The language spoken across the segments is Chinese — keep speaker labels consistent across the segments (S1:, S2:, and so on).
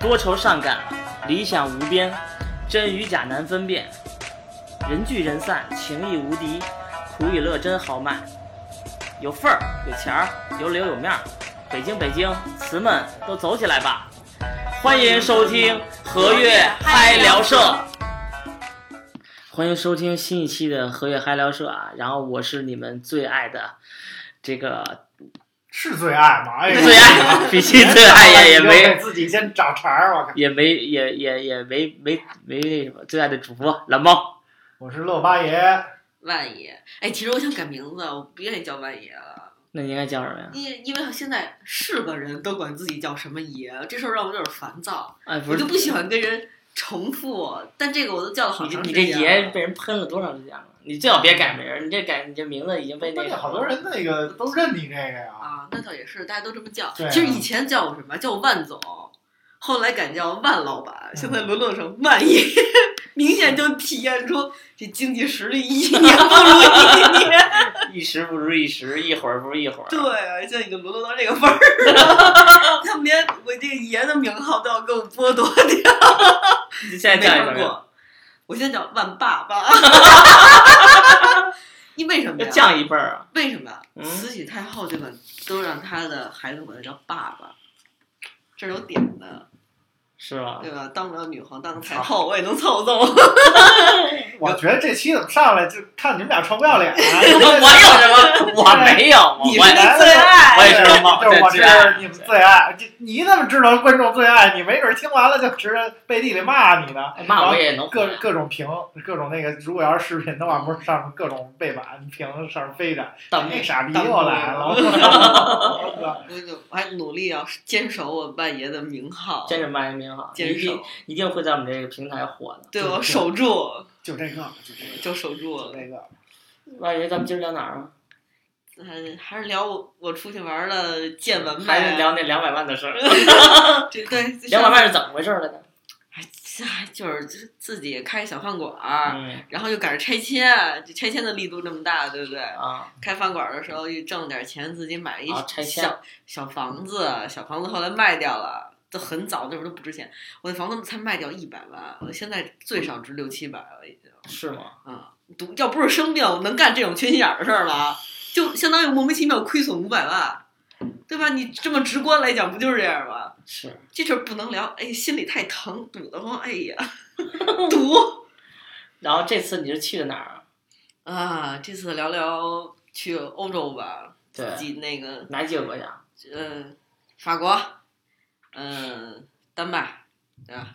S1: 多愁善感，理想无边，真与假难分辨。人聚人散，情谊无敌，苦与乐真豪迈。有份儿，有钱儿，有脸有面儿。北京，北京，词们都走起来吧！欢迎收听和悦嗨聊社，欢迎收听新一期的和悦嗨聊社啊！然后我是你们最爱的这个
S2: 是最爱吗？哎，
S1: 最爱， 比起最爱也也 没
S2: 自己先找茬儿，我靠！
S1: 也没也也也没没没那什么最爱的主播蓝猫，
S2: 我是乐八爷，
S3: 万爷，哎，其实我想改名字，我不愿意叫万爷了，
S1: 那你应该叫什么呀？
S3: 因因为现在是个人都管自己叫什么爷，这事儿让我有点烦躁，
S1: 哎，
S3: 我
S1: 不是
S3: 就，不喜欢跟人重复。但这个我都叫了好
S1: 你这
S3: 长
S1: 你
S3: 时
S1: 这
S3: 间啊
S1: 爷被人喷了多长时间了？你最好别改名儿，你这改你这名字已经被那
S2: 关
S1: 个
S2: 键好多人那个都认你这个呀。
S3: 啊，那倒也是，大家都这么叫。
S2: 对啊
S3: 其实以前叫我什么，叫我万总，后来改叫万老板，
S2: 嗯
S3: 现在沦落成万爷， 明显就体现出这经济实力一年不如一年。
S1: 一时不如一时，一会儿不如一会儿。
S3: 对啊，现在已经沦落到这个份儿 了，他们连我这个爷的名号都要给我剥夺掉。
S1: 你现在叫
S3: 没
S1: 什
S3: 玩
S1: 么呀？
S3: 过，我现在叫万爸 爸。你为什么
S1: 要
S3: 呀？
S1: 降一辈儿啊！
S3: 为什么？
S1: 嗯
S3: 慈禧太后就管都让她的孩子管她叫爸爸，这是有点的，
S1: 是吧？
S3: 对吧？当不了女皇，当个太后我也能凑凑。
S2: 我觉得这期怎么上来就看你们俩臭 不要脸 啊
S1: 我有什么？ 我没有，我
S3: 你是
S1: 我也
S3: 最
S1: 我也
S3: 爱，
S1: 是龙猫
S2: 就是我
S1: 对最爱
S2: 是你们最爱。这你怎么知道观众最爱你？没准听完了就直接背地里骂你呢。
S1: 骂我也能
S2: 各各种评，各种那个，如果要是视频的话，不是上面各种背板评上面飞着，
S1: 当
S3: 哎
S2: 那傻逼又来 了。我操
S3: 我就我还努力要坚守我万爷的名号，
S1: 真是卖名好，你
S3: 坚
S1: 一定
S3: 守，
S1: 一定会在我们这个平台火的。
S3: 对
S2: 对
S3: 我守住
S2: 就这个，就这个，
S3: 就守住
S2: 就
S3: 了。
S2: 这个。
S1: 万爷，咱们今儿聊哪儿啊？
S3: 还还是聊我我出去玩的见闻呗，
S1: 还是聊那两百万的事儿？
S3: 这 对就
S1: 两
S3: 像
S1: 百万是怎么回事儿来着？
S3: 哎，这还就是就是自己开小饭馆儿，
S1: 嗯
S3: 然后又赶上拆迁，这拆迁的力度这么大，对不对？
S1: 啊，
S3: 开饭馆儿的时候又挣点钱，自己买一
S1: 啊拆迁
S3: 小小房子，小房子后来卖掉了，都很早那会儿都不值钱。我那房子才卖掉一百万，我现在最少值六七百了已经。
S1: 是吗？
S3: 都要不是生病，我能干这种缺心眼儿的事儿吗？就相当于莫名其妙亏损五百万，对吧？你这么直观来讲，不就是这样吗？
S1: 是。
S3: 这事儿不能聊，哎，心里太疼，堵得慌，哎呀，堵
S1: 然后这次你是去的哪儿啊？
S3: 啊！这次聊聊去欧洲吧，
S1: 对
S3: 自己那个
S1: 哪几个国家？
S3: 呃，法国，嗯、丹麦，对吧？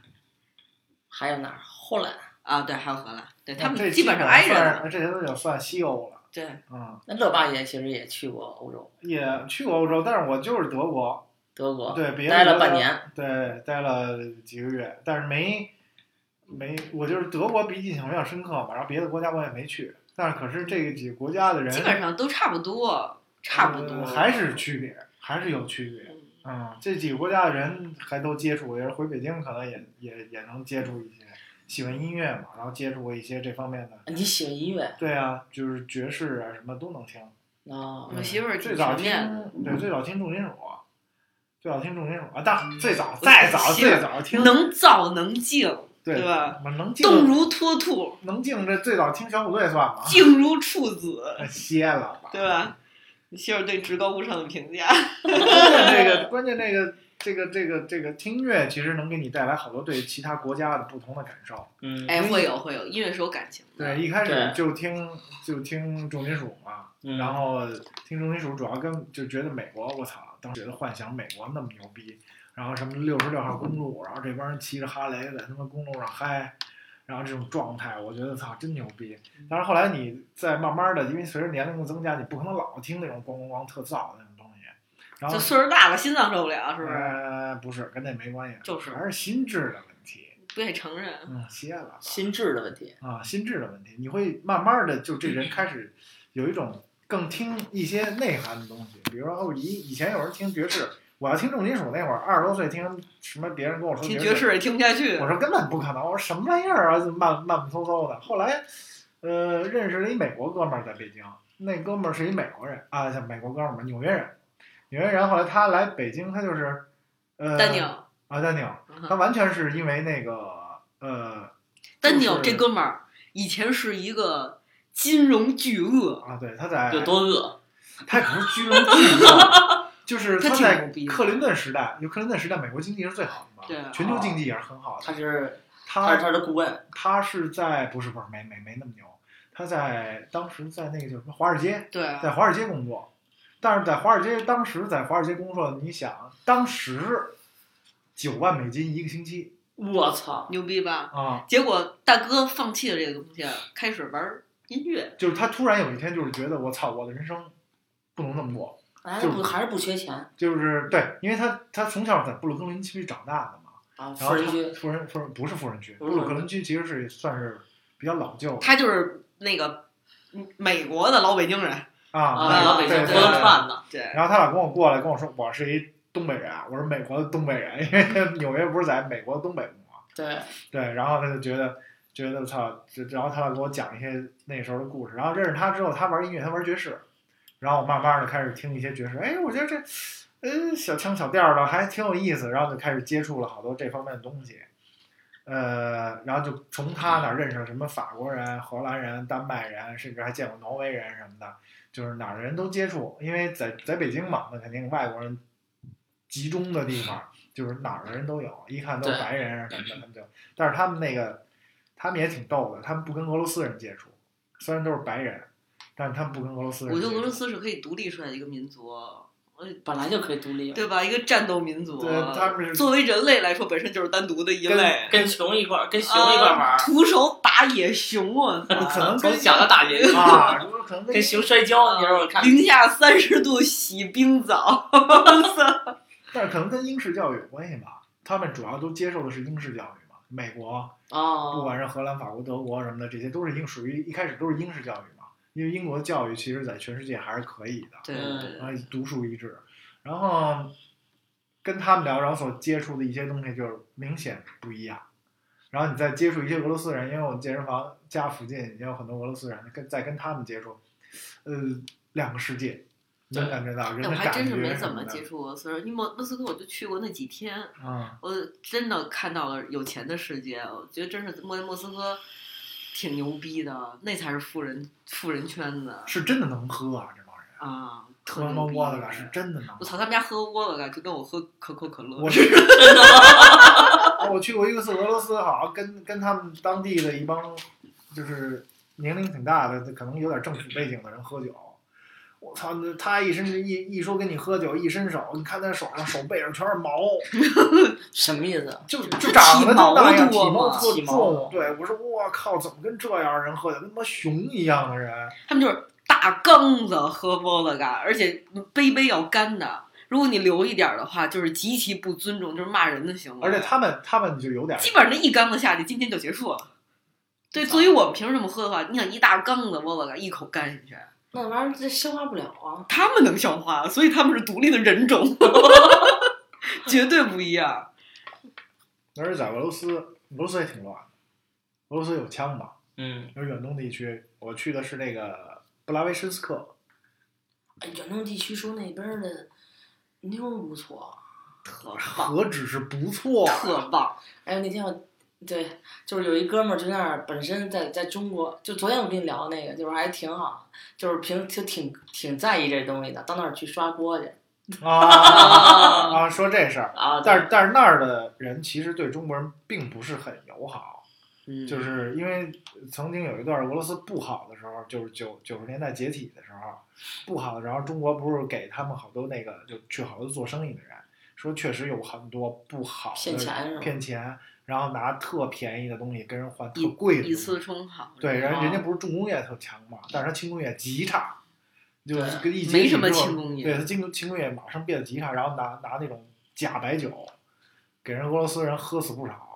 S1: 还有哪儿？后来，
S3: 啊，对，还有荷兰，对他
S2: 这
S3: 们基本上挨着呢，
S2: 算，这些都已经算西欧了。
S3: 对，
S2: 嗯，
S1: 那乐八爷其实也去过欧洲、
S3: 嗯
S2: 也去过欧洲，但是我就是德国，
S1: 德国，
S2: 对，别的
S1: 待了
S2: 国
S1: 半
S2: 家，
S1: 年。
S2: 对，待了几个月，但是没没，我就是德国比印象比较深刻嘛，然后别的国家我也没去，但是可是这几个国家的人
S3: 基本上都差不多，差不多，
S2: 呃还是区别，还是有区别。
S3: 嗯
S2: 嗯，这几个国家的人还都接触过，也是回北京可能也也也能接触一些，喜欢音乐嘛，然后接触过一些这方面的。
S1: 你喜欢音乐？
S2: 对啊，就是爵士啊，什么都能听。
S1: 哦，
S2: 嗯
S3: 我媳妇儿
S2: 最
S3: 挺
S2: 早
S3: 全
S2: 听
S3: 面的，
S2: 对，最早听重金属，啊最早听重金属啊，
S3: 嗯
S2: 但最早再早最早听，
S3: 能造能静，
S2: 对
S3: 对吧？
S2: 我
S3: 动
S2: 能静
S3: 如脱兔，
S2: 能静这最早听小虎队算 吗？
S3: 静如处子，
S2: 歇了吧，
S3: 对吧？你媳妇儿对至高无上的评价，
S2: 关键这个关键这个这个这个这个听音乐其实能给你带来好多对其他国家的不同的感受。
S1: 嗯
S3: 哎，会有会有，音乐是有感情的，
S2: 对，一开始
S1: 对
S2: 就听就听重金属嘛，
S1: 嗯，
S2: 然后听重金属主要跟就觉得美国，我操，当时觉得幻想美国那么牛逼，然后什么六十六号公路，然后这帮人骑着哈雷在他妈公路上嗨，然后这种状态，我觉得操真牛逼。但是后来你再慢慢的，因为随着年龄的增加，你不可能老听那种咣咣咣特燥的那种东西，然后
S3: 就岁数大了，心脏受不了，是不是？
S2: 呃不是跟那没关系，
S3: 就是
S2: 还是心智的问题，
S3: 不愿意承认，
S2: 嗯，歇了吧。
S1: 心智的问题。
S2: 啊，心智的问题，你会慢慢的就这人开始有一种更听一些内涵的东西，比如说哦，以以前有人听爵士，我要听重金属那会儿，二十多岁听什么别人跟我说
S3: 听
S2: 爵
S3: 爵，士也听不下去
S2: 我。说根本不可能，我说什么玩意儿啊，慢慢慢嗖嗖的。后来，呃，认识了一美国哥们儿在北京，那哥们儿是一美国人啊，像美国哥们儿，纽约人。纽约人后来他来北京，他就是呃
S3: 丹尼尔，
S2: 啊丹尼尔，他完全是因为那个呃
S3: 丹尼尔这哥们儿以前是一个金融巨鳄，
S2: 啊，对，他在
S1: 有多饿？
S2: 他也不是居中 巨鳄，就是
S3: 他
S2: 他
S3: 挺
S2: 在
S3: 牛逼的
S2: 克林顿时代，就克林顿时代，美国经济是最好的嘛，
S3: 对啊
S2: 全球经济也是很好的。
S1: 他是他
S2: 他
S1: 是他的顾问，
S2: 他是在不是不是没没没那么牛，他在当时在那个叫什么华尔街，
S3: 对
S2: 在华尔街工作，但是在华尔街当时在华尔街工作，你想当时九万美金一个星期
S1: 我操！
S3: 牛逼吧？
S2: 啊，
S3: 结果大哥放弃了这个东西，开始玩音乐，
S2: 就是他突然有一天就是觉得我操，我的人生不能那么过，
S1: 哎，
S2: 就是
S1: 不还是不缺钱
S2: 就是对，因为他他从小在布鲁克林区长大的嘛，
S1: 啊？
S2: 然
S1: 富
S2: 后
S1: 人
S2: 他嗯
S1: 区
S2: 富人富人不是富人区，
S1: 不是
S2: 布
S1: 富人
S2: 鲁克林区其实是算是比较老旧的
S3: 他就是那个嗯美国的老北京人，
S2: 啊，
S1: 啊，
S2: 那
S1: 老北京
S2: 对
S1: 喝
S2: 对
S3: 多
S1: 了
S2: 对
S1: 串子，
S3: 对，
S2: 然后他俩跟我过来跟我说，我是一东北人，啊我是美国的东北人，因为 纽约不是在美国东北部嘛。
S1: 对，
S2: 对，然后他就觉得觉得操，这然后他俩给我讲一些那时候的故事。然后认识他之后，他玩音乐，他玩爵士，然后我慢慢的开始听一些爵士，哎，我觉得这，呃，小腔小调的还挺有意思，然后就开始接触了好多这方面的东西。呃，然后就从他那儿认识了什么法国人、荷兰人、丹麦人，甚至还见过挪威人什么的，就是哪儿的人都接触，因为在在北京嘛，那肯定外国人集中的地方，就是哪儿的人都有，一看都是
S1: 对
S2: 白人啊什么的，他们就，但是他们那个，他们也挺逗的，他们不跟俄罗斯人接触，虽然都是白人，但是他们不跟俄罗斯人
S3: 我
S2: 接
S3: 觉
S2: 触。
S3: 得俄罗斯是可以独立出来的一个民族，
S1: 本来就可以独立，
S3: 对吧？一个战斗民族，
S2: 对他们是
S3: 作为人类来说，本身就是单独的一类，
S1: 跟熊一块儿，跟熊
S3: 啊
S1: 一块儿玩儿，
S3: 徒手打野熊， 我操！
S2: 可能
S1: 从
S2: 跟
S1: 小到大也
S2: 啊，如果可能
S1: 跟熊摔跤，你让我看，
S3: 零下三十度洗冰 澡，
S2: 但是可能跟英式教育有关系吧，他们主要都接受的是英式教育嘛，美国不
S1: 哦，
S2: 管是荷兰、法国、德国什么的，这些都是英属于一开始都是英式教育嘛，因为英国教育其实在全世界还是可以的，
S3: 对
S1: 嗯
S3: 对
S2: 啊，独树一帜。然后跟他们聊，然后所接触的一些东西就是明显不一样。然后你再接触一些俄罗斯人，因为我们健身房家附近也有很多俄罗斯人，跟再跟他们接触，呃，两个世界，你能
S1: 对
S2: 感觉到人
S3: 哎
S2: 的
S3: 我还
S2: 感
S3: 真是
S2: 觉
S3: 没
S2: 什
S3: 怎么
S2: 的
S3: 接触过斯人，因为莫莫斯科我就去过那几天，
S2: 啊，
S3: 我真的看到了有钱的世界，我觉得真是莫莫斯科挺牛逼的，那才是富人富人圈子
S2: 是真的能喝啊，这帮人
S3: 啊，特
S2: 喝
S3: 牛
S2: 猫
S3: 逼
S2: 窝的是真的能
S3: 我
S2: 喝。
S3: 操，他们家喝窝子感就跟我喝可口可乐
S2: 我
S3: 似
S2: 去
S3: 的。，
S2: 我去过一次俄罗斯，好像跟跟他们当地的一帮就是年龄挺大的，可能有点政府背景的人喝酒。我操，那他一伸一一说跟你喝酒，一伸手，你看他手上手背上全是毛，
S1: 什么意思？啊
S2: 就就长得就那样，
S3: 体
S2: 体
S3: 毛多
S2: 毛
S3: 嘛
S2: 特
S1: 体毛
S2: 重。对，我说我靠，怎么跟这样的人喝酒，跟他妈熊一样的人？
S3: 他们就是大缸子喝 vodka，而且杯杯要干的。如果你留一点儿的话，就是极其不尊重，就是骂人的行为。
S2: 而且他们他们就有点
S3: 基本上那一缸子下去，今天就结束了。对，作为我们平时这么喝的话，你想一大缸子 vodka 一口干下去，
S1: 那玩意儿这消化不了啊，
S3: 他们能消化，所以他们是独立的人种， 绝对不一样。
S2: 而且在俄罗斯，俄罗斯也挺乱的。俄罗斯有枪吧？
S1: 嗯，
S2: 有远东地区，我去的是那个布拉维申斯克，
S1: 哎远东地区说那边儿的妞儿不错，
S3: 特棒，
S2: 何止是不错，
S3: 特棒！
S1: 哎，那天我对，就是有一哥们儿就那儿，本身在在中国，就昨天我跟你聊那个，就是还挺好，就是平就挺挺在意这东西的，到那儿去刷锅去
S2: 啊
S1: 啊
S2: 啊！说这事儿，
S1: 啊！
S2: 但是但是那儿的人其实对中国人并不是很友好，
S1: 是
S3: 嗯
S2: 就是因为曾经有一段俄罗斯不好的时候，就是九九十年代解体的时候，不好的时候，中国不是给他们好多那个就去好多做生意的人，说确实有很多不好的
S1: 骗钱是吧
S2: 骗钱，然后拿特便宜的东西跟人换特贵的东西
S3: 以次充好，
S2: 对，人
S1: 啊
S2: 人家不是重工业特强嘛，但是他轻工业极差，就是跟一
S3: 没
S2: 解
S3: 什
S2: 体
S3: 么
S2: 之后
S3: 轻工业
S2: 对他轻轻工业马上变得极差，然后拿拿那种假白酒，给人俄罗斯人喝死不少。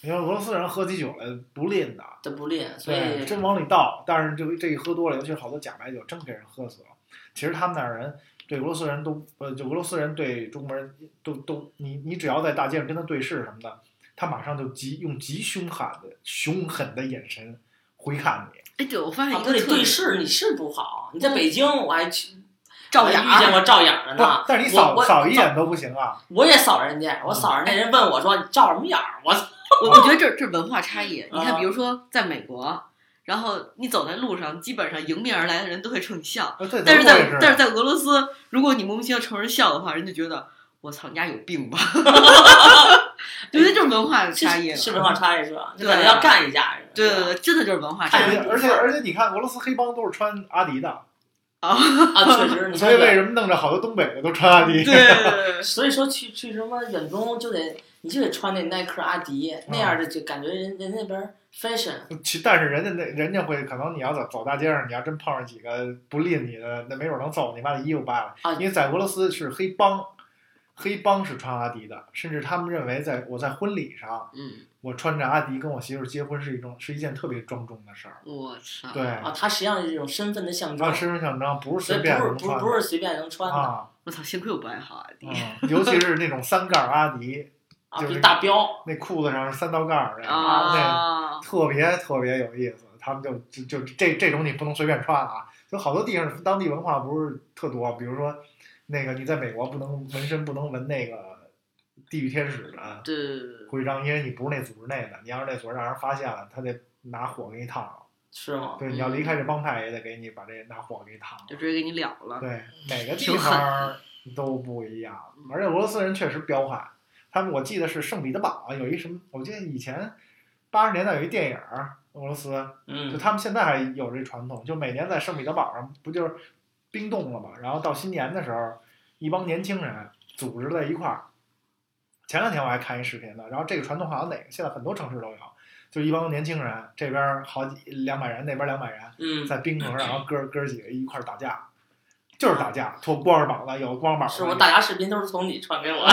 S2: 你看俄罗斯人喝起酒来不吝的，
S1: 这不练，所
S2: 对，
S1: 以
S2: 真往里倒，但是这个这一喝多了，尤其是好多假白酒，真给人喝死了。其实他们那儿人对俄罗斯人都呃，就俄罗斯人对中国人都都，你你只要在大街上跟他对视什么的，他马上就极用极凶悍的凶狠的眼神回看你。
S3: 哎，对，我发现
S1: 啊
S3: 一
S1: 不
S3: 个
S1: 得
S3: 特
S1: 对
S3: 别
S1: 视，你是不好。你在北京我还去哎
S3: 照眼
S1: 我遇见
S3: 儿，
S1: 过照眼儿的
S2: 不
S1: 呢，，
S2: 但是你
S1: 啊我
S2: 扫
S1: 我
S2: 扫一
S1: 照
S2: 眼都不行啊！
S1: 我也扫人家，我扫人家人问我说你照什么眼儿？我
S3: 我我觉得这这是文化差异。你看，
S1: 啊
S3: 比如说在美国，然后你走在路上，基本上迎面而来的人都会冲你笑，
S2: 呃对，
S3: 但是
S2: 德国
S3: 在
S2: 也
S3: 但是
S2: 是
S3: 在俄罗斯，如果你莫名其妙冲人笑的话，人家觉得我操，你家有病吧？我觉得就是文化差异
S1: 是
S3: 了。
S1: 是文化差异是吧？就
S3: 对
S1: 感觉要干一架似的。
S3: 对对对，真的就是文化差
S1: 看
S3: 异
S1: 人
S2: 而且而且而且你看俄罗斯黑帮都是穿阿迪的，
S3: 啊！
S1: 啊，确实，你
S2: 所以
S1: 看
S2: 为什么弄着好多东北的都穿阿迪？
S3: 对对
S1: 所以说去去什么远东就得你就得穿那耐克、阿迪那样的，就感觉人人那边儿 fashion
S2: 其但是人家那人家会，可能你要走走大街上，你要真碰上几个不吝你的，那没准能揍你，把你衣服扒了。
S1: 啊
S2: 因为在俄罗斯是黑帮，黑帮是穿阿迪的，甚至他们认为在我在婚礼上，
S3: 嗯，
S2: 我穿着阿迪跟我媳妇儿结婚是一种是一件特别庄重的事儿。
S3: 我操！
S2: 对，
S1: 啊，它实际上是一种身份的象征
S2: 让，身份象征不是
S1: 所以
S2: 随
S1: 不
S2: 便
S1: 是
S2: 能
S1: 不是
S2: 穿
S1: 不
S2: 的
S1: 是随便能穿的
S2: 啊，
S3: 我操，幸亏我不爱好啊阿迪。
S2: 嗯，尤其是那种三盖儿阿迪，
S1: 啊，
S2: 就是
S1: 比大标
S2: 那裤子上是三道杠儿的，那
S3: 啊，
S2: 特别特别有意思。他们就就就这这种你不能随便穿啊，就好多地方当地文化不是特多，比如说那个你在美国不能纹身，不能纹那个地狱天使的
S3: 对对对对，
S2: 徽章，因为你不是那组织内的，你要是那组织让人发现了，他得拿火给你烫了。
S1: 是吗？
S2: 对，你要离开这帮派也得给你把这拿火给你烫了。
S3: 嗯就直接给你了了。
S2: 对，每个地
S3: 挺狠嗯
S2: 方 都不一样，而且俄罗斯人确实彪悍。他们我记得是圣彼得堡啊有一什么，我记得以前八十年代有一电影儿，俄罗斯
S1: 嗯，
S2: 就他们现在还有这传统，就每年在圣彼得堡上不就是冰冻了嘛，然后到新年的时候，一帮年轻人啊组织在一块儿。前两天我还看一视频呢，然后这个传统好像哪个现在很多城市都有，啊就一帮年轻人啊这边儿好几两百人，那边儿两百人，
S1: 嗯，
S2: 在冰棚上，然后哥哥几个一块儿打架，就是打架，脱光着膀子，有光着膀子，
S1: 是我大家视频都是从你传给我，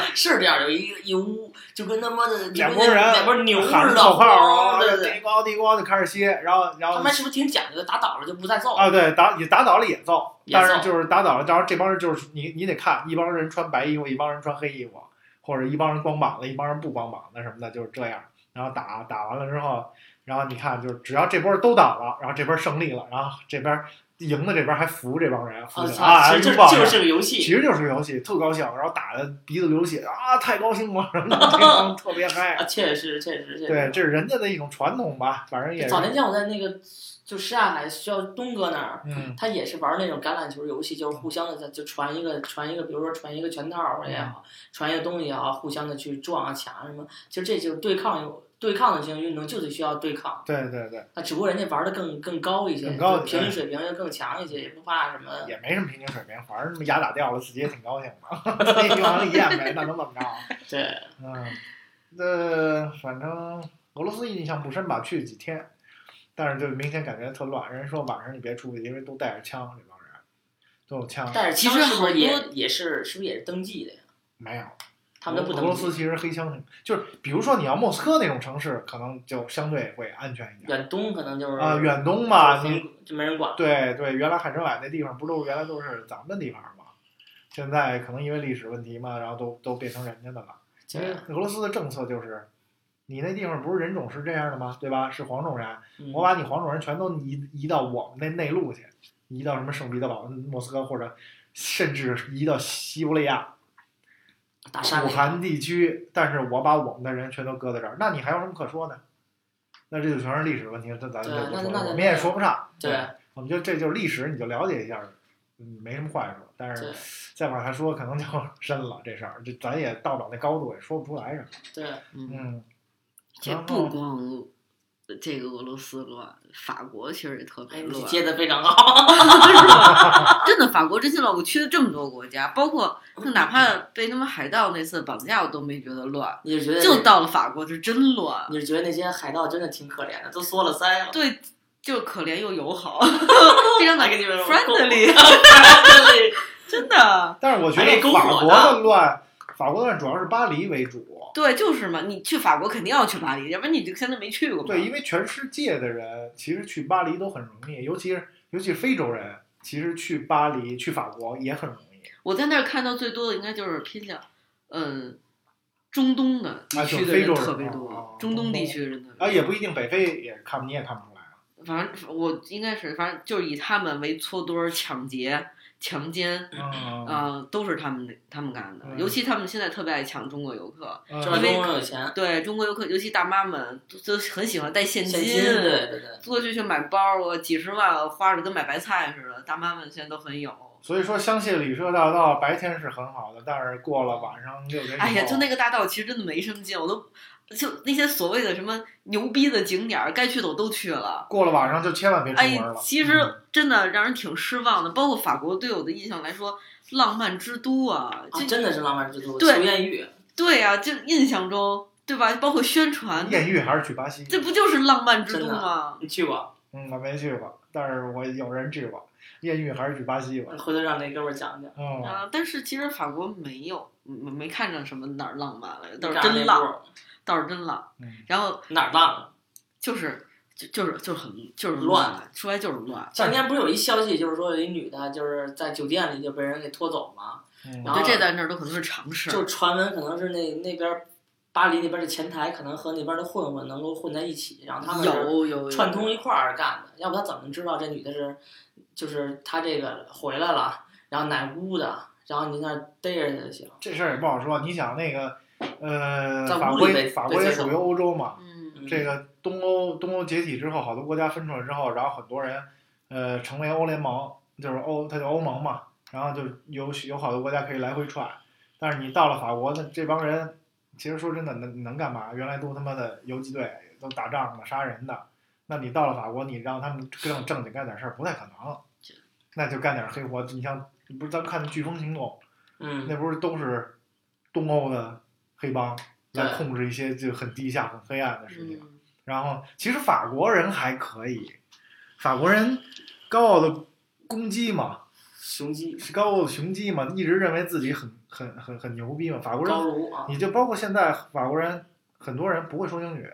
S1: 是这样，有一一屋就跟他妈的就
S2: 两
S1: 跟
S2: 拨
S1: 那
S2: 人
S1: 两拨牛似
S2: 喊着
S1: 的，
S2: 口号，然
S1: 咣
S2: 后
S1: 对
S2: 就
S1: 对
S2: 叮
S1: 对，
S2: 咣叮咣就开始歇，然后然
S1: 他
S2: 后
S1: 们是不是挺讲究的？打倒了就不再揍
S2: 啊对打也打倒了也揍，
S1: 也揍
S2: 但是就是打倒了，然后这帮人就是你你得看，一帮人穿白衣服，一帮人穿黑衣服，或者一帮人光膀子，一帮人不光膀子什么的，就是这样。然后打打完了之后，然后你看，就是只要这波都倒了，然后这边胜利了，然后这边赢的这边还扶这帮人，扶
S1: 我
S2: 着
S1: 操，
S2: 啊，
S1: 其实
S2: 拥
S1: 这
S2: 抱着
S1: 就是个游
S2: 其
S1: 戏，
S2: 实就是个游戏，特高兴，然后打的鼻子流血啊，太高兴 了，什么的，这帮特别嗨
S1: 啊，。确实确实确实，
S2: 对，这是人家的一种传统吧，反正也是
S1: 早年间我在那个就什刹海学校东哥那儿，
S2: 嗯，
S1: 他也是玩那种橄榄球游戏，就是互相的在就传一个传一个，比如说传一个拳套儿也
S2: 嗯
S1: 好，传一个东西也好，互相的去撞啊抢啊什么。其实这就是对抗有对抗的这种运动，就得需要对抗。
S2: 对对对，
S1: 那只不过人家玩的更更高一些，
S2: 更高
S1: 就平均水平就更强一些，也不怕什么。
S2: 也没什么平均水平，反正牙打掉了，自己也挺高兴的， 自己往里咽呗，那能怎么着？
S1: 对，
S2: 嗯，那反正俄罗斯印象不深吧，去几天，但是就明显感觉特乱。人说晚上你别出去，因为都带着枪，这帮人都有枪，
S1: 但是
S3: 其
S1: 枪
S3: 实
S1: 是不
S3: 好
S1: 是也
S3: 多
S1: 也是是不是也是登记的呀？
S2: 没有。
S1: 他们都不
S2: 俄
S1: 登
S2: 俄
S1: 记。
S2: 罗斯其实黑枪挺，就是比如说你要莫斯科那种城市，可能就相对会安全一点
S1: 远东可能就是
S2: 啊、远东嘛，
S1: 就
S2: 你
S1: 就没人管。
S2: 对对，原来海参崴那地方不都是原来都是咱们的地方嘛，现在可能因为历史问题嘛，然后都都变成人家的了。因为
S1: 对啊
S2: 俄罗斯的政策就是，你那地方不是人种是这样的吗？对吧？是黄种人，
S1: 嗯
S2: 我把你黄种人全都移移到我们那内陆去，移到什么圣彼得堡、莫斯科，或者甚至移到西伯利亚，
S1: 打山
S2: 武
S1: 里
S2: 汉地区，但是我把我们的人全都搁在这儿，那你还有什么可说的？那这就全是历史问题，这咱就
S1: 对啊
S2: 不
S1: 那
S2: 说
S1: 那
S2: 了，
S1: 就
S2: 我们也说不上。
S1: 对，
S2: 我们就这就是历史，你就了解一下，嗯，没什么坏处。但
S1: 对
S2: 是再往下说，可能就 深了这事儿，这咱也到不了那高度，也说不出来什么。
S1: 对，
S3: 嗯，
S2: 嗯，
S3: 这不光俄这个俄罗斯乱，法国其实也特
S1: 哎，
S3: 别
S1: 你
S3: 乱，
S1: 接的非常 好。
S3: 是吧？真的，法国真心乱，我去了这么多国家，包括
S2: 嗯
S3: 就哪怕被他们海盗那次绑架，我都没觉得乱，
S1: 你就觉得
S3: 就到了法国是真乱。
S1: 你是觉得那些海盗真的挺可怜的，都缩了腮 了。
S3: 对，就可怜又友 好，非常的
S1: 给你们
S3: friendly，真的。
S2: 但是我觉
S1: 哎
S2: 得
S1: 篝火
S2: 法国
S1: 呢
S2: 的乱，法国的乱主要是巴黎为主。
S3: 对，就是嘛，你去法国肯定要去巴黎，要不然你就相当没去过嘛。
S2: 对，因为全世界的人其实去巴黎都很容易，尤其是尤其是非洲人，其实去巴黎、去法国也很容易。
S3: 我在那儿看到最多的应该就是偏向，嗯，中东的
S2: 啊
S3: 地
S2: 就
S3: 区的
S2: 非洲人
S3: 特别
S2: 哦
S3: 多
S2: 哦，
S3: 中东地
S2: 东
S3: 区的人特别
S2: 啊，
S3: 多。
S2: 也不一定，北非也看你也看不出来啊。
S3: 反正我应该是，反正就是以他们为搓堆儿抢劫，强奸
S2: 啊，
S3: 啊、都是他们的他们干的。
S2: 嗯
S3: 尤其他们现在特别爱抢中国游客，
S1: 就是
S2: 啊
S3: 因为
S1: 中国有钱，
S3: 对中国游客，尤其大妈们都都很喜欢带现
S1: 现
S3: 金，
S1: 金，对对啊对，
S3: 过去去买包，我几十万花的跟买白菜似的。大妈们现在都很有。
S2: 所以说香榭里舍大道白天是很好的，但是过了晚上六点以后，
S3: 哎呀，就那个大道其实真的没什么劲，我都就那些所谓的什么牛逼的景点儿，该去的我都去了。
S2: 过了晚上就千万别出
S3: 哎
S2: 门了。，
S3: 其
S2: 嗯
S3: 实真的让人挺失望的。包括法国对我的印象来说，浪漫之都啊，就、
S1: 这真的是浪漫之都，
S3: 对
S1: 求艳遇，
S3: 对啊，就印象中对吧？包括宣传，
S2: 艳遇还是去巴西，
S3: 这不就是浪漫之都
S1: 真的
S3: 吗？
S1: 你去过？
S2: 嗯，我没去过，但是我有人去过，艳遇还是去巴西吧。
S1: 回头让那哥们儿讲讲，
S2: 嗯，
S3: 啊，但是其实法国没有，没没看着什么哪儿浪漫了，倒
S1: 你赶
S3: 是
S1: 上
S3: 真
S1: 那
S3: 浪，
S1: 波
S3: 倒是真浪。
S2: 嗯
S3: 然后
S1: 哪儿浪了？
S3: 就是就就是就是很就是
S1: 乱
S3: 乱，说来就是乱。
S1: 前天不是有一消息，就是说有一女的，就是在酒店里就被人给拖走嘛，
S2: 嗯
S1: 然
S3: 我
S1: 后
S3: 觉得这在那儿都可能是常事。
S1: 就传闻可能是那那边儿巴黎那边儿的前台可能和那边儿的混混能够混在一起，然后他们是
S3: 有有
S1: 串通一块儿干的，要不他怎么知道这女的是，就是她这个回来了，然后哪屋的，然后你在那儿逮着她就行。
S2: 这事儿也不好说。你想那个，呃，
S1: 在
S2: 法
S1: 屋里
S2: 国
S1: 被
S2: 法国
S1: 被
S2: 也
S1: 接受
S2: 属于欧洲嘛，
S3: 嗯，
S1: 嗯
S2: 这个东欧东欧解体之后，好多国家分出来之后，然后很多人呃成为欧联盟，就是欧，它叫欧盟嘛，然后就有有好多国家可以来回串。但是你到了法国，那这帮人其实说真的能能干嘛？原来都他妈的游击队，都打仗的、杀人的。那你到了法国，你让他们正正经干点事儿，不太可能。那就干点黑活。你像不是咱们看《飓风行动》，
S1: 嗯，
S2: 那不是都是东欧的黑帮来
S1: 对
S2: 控制一些就很低下、很黑暗的事情。
S3: 嗯
S2: 然后其实法国人还可以，法国人高傲的公鸡嘛，
S1: 雄鸡
S2: 是高傲的雄鸡嘛，一直认为自己很很很很牛逼嘛。法国
S1: 高
S2: 人，
S1: 卢啊，
S2: 你就包括现在法国人，很多人不会说英语，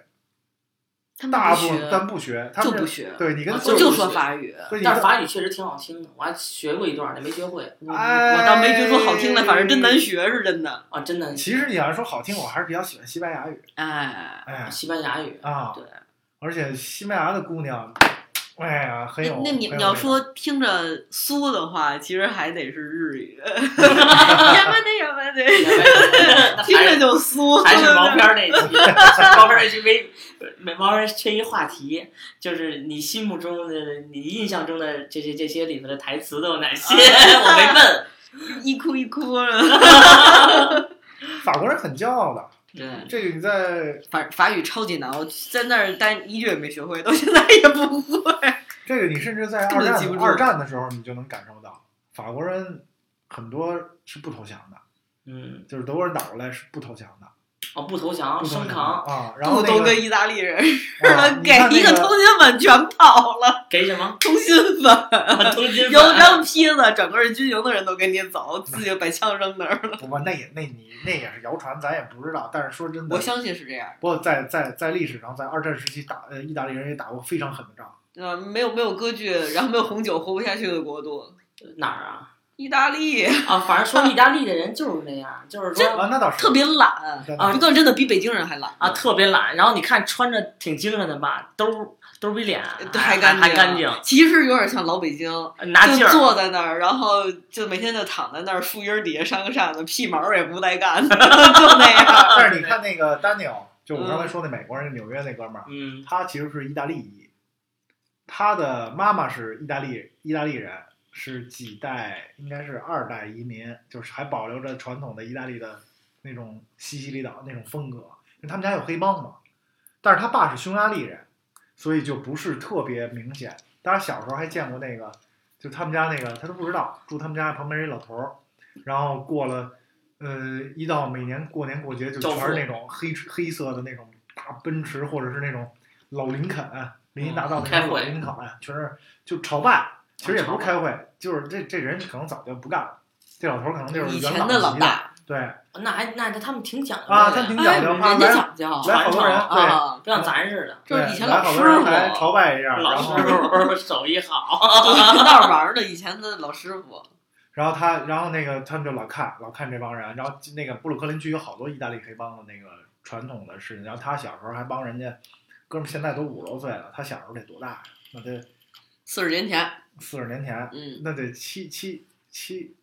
S3: 他们
S2: 大
S3: 不
S2: 部分
S3: 学
S2: 但不学，他
S3: 就
S2: 们
S3: 不
S2: 是
S3: 学，
S2: 对你跟
S1: 啊
S2: 他
S1: 就
S3: 我
S2: 们
S3: 就说法语。
S2: 对你
S1: 但是
S2: 跟
S1: 法语确实挺好听的，我还学过一段呢，没学会
S3: 我
S2: 哎
S3: 嗯我倒没觉得说好听的，反正真难学是真的。
S1: 啊，真的。
S2: 其实你要是说好听，我还是比较喜欢西班牙语，
S3: 哎，
S2: 哎
S1: 西班牙语，
S2: 啊，
S3: 对，
S2: 而且西班牙的姑娘，哎呀，很有
S3: 那你
S2: 很有
S3: 你要
S2: 个
S3: 说听着酥的话，其实还得是日 语。什么的什么的，
S1: 那
S3: 听
S1: 还
S3: 着
S1: 是
S3: 就酥。
S1: 还是毛
S3: 对不对
S1: 片儿那期，毛片儿那期没没毛片儿缺一话题，就是你心目中的、你印象中的这些这些里头的台词都有哪些？
S2: 啊
S1: 我没问。
S3: 一哭一哭了。
S2: 法国人很骄傲的，
S3: 对，
S2: 这个你在
S3: 法法语超级难，我在那儿待一句也没学会，到现在也不会。
S2: 这个你甚至在
S3: 根
S2: 二
S3: 本记不
S2: 战
S3: 住
S2: 二战的时候，你就能感受到，法国人很多是不投降的，
S1: 嗯，
S2: 就是德国人打过来是不投降的，
S1: 哦，不投降，
S2: 不投
S1: 升
S2: 降的
S1: 扛，
S2: 啊。然
S3: 不
S2: 后那
S3: 都
S2: 个
S3: 跟意大利人
S2: 啊你
S3: 给
S2: 看
S3: 一
S2: 那
S3: 个通心粉全跑了，
S1: 给什 么？
S3: 通心 粉，
S1: 通缉
S3: 有
S1: 犯
S3: 张坯子，整个军营的人都跟你走，自己把枪扔那儿了。
S2: 不不，那也那你那也是谣传，咱也不知道。但是说真的
S3: 我，相信是这样，
S2: 不过在在在历史上，在二战时期打呃意大利人也打过非常狠的仗，
S3: 对吧？呃没有没有割据，然后没有红酒活不下去的国度，
S1: 哪儿啊？
S3: 意大利
S1: 啊，反正说意大利的人就是那样，就是说
S2: 啊，那倒是
S3: 特别懒，
S2: 真的
S1: 啊
S3: 不过真的比北京人还懒
S1: 啊，特别懒。然后你看穿着挺精神的吧，兜兜比脸
S3: 对
S1: 还
S3: 干净
S1: 啊还干
S2: 啊
S1: 净，
S3: 其实有点像老北京，
S1: 拿劲
S3: 就
S1: 儿。
S3: 坐在那儿，然后就每天就躺在那儿树荫儿底下扇个扇子，屁毛儿也不带干的， 就那样。
S2: 但是你看那个丹尼尔，就
S3: 嗯
S2: 我刚才说那美国人纽约那哥们儿，
S1: 嗯，
S2: 他其实是意大利裔，他的妈妈是意大利意大利人，是几代应该是二代移民，就是还保留着传统的意大利的那种西西里岛那种风格，因为他们家有黑帮嘛。但是他爸是匈牙利人，所以就不是特别明显。当然小时候还见过那个，就他们家那个他都不知道，住他们家旁边一老头儿，然后过了。呃，一到每年过年过节就
S1: 教
S2: 全是
S1: 父
S2: 那种黑黑色的那种大奔驰，或者是那种老林肯、啊林荫大
S3: 嗯
S2: 道那
S1: 开
S2: 种老
S1: 会
S2: 林肯，全是就朝拜。
S3: 哦
S2: 其实也不
S1: 朝拜
S2: 是开会，就是这这人可能早就不干了，这老头儿可能就是
S3: 以
S2: 元
S3: 前
S2: 的
S3: 的老大，嗯
S2: 对
S1: 那还那他们挺讲究
S2: 啊，
S1: 的
S2: 他挺
S3: 哎，
S2: 讲究，怕
S3: 人家
S2: 来
S3: 讲究
S2: 来好多人，对，
S3: 啊，
S1: 不像咱似的，
S3: 就是
S2: 对
S3: 以前
S2: 来
S3: 老
S2: 好
S3: 师
S2: 多人还
S3: 傅，
S2: 朝拜一下，然
S1: 老
S2: 后
S1: 师傅手艺 好。嗯
S3: 那啊儿玩儿的以前的老师傅，
S2: 然后他，然后那个他们就老看老看这帮人，然后那个布鲁克林区有好多意大利黑帮的那个传统的事情，然后他小时候还帮人家，哥们儿现在都五十多岁了，他小时候得多大呀？那得
S3: 四十年前，
S2: 四十年前，
S3: 嗯，
S2: 那得七七七，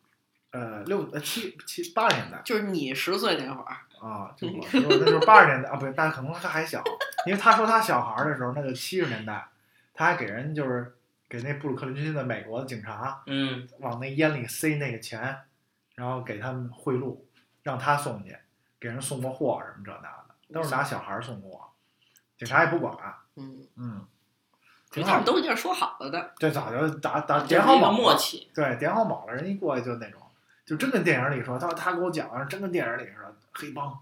S2: 呃六呃七七八十年代
S3: 就是你十岁那会儿，
S2: 啊，就我说那时候八十年代啊，不是，那可能他还小，因为他说他小孩儿的时候，那个七十年代，他还给人就是给那布鲁克林区的美国警察
S1: 嗯，
S2: 往那烟里塞那个钱，然后给他们贿赂，让他送去，给人送过货什么这那的，都是拿小孩儿送货，警察也不管，
S3: 嗯，
S2: 嗯，挺
S3: 他
S2: 好
S3: 们，都是这样说好了的，
S2: 这早就打打
S1: 这
S2: 点
S1: 是
S2: 好
S1: 一个
S2: 卯
S1: 默
S2: 了，
S1: 契。
S2: 对，点好卯了，人一过去就那种，就真跟电影里说，他他给我讲，真跟电影里似的，黑帮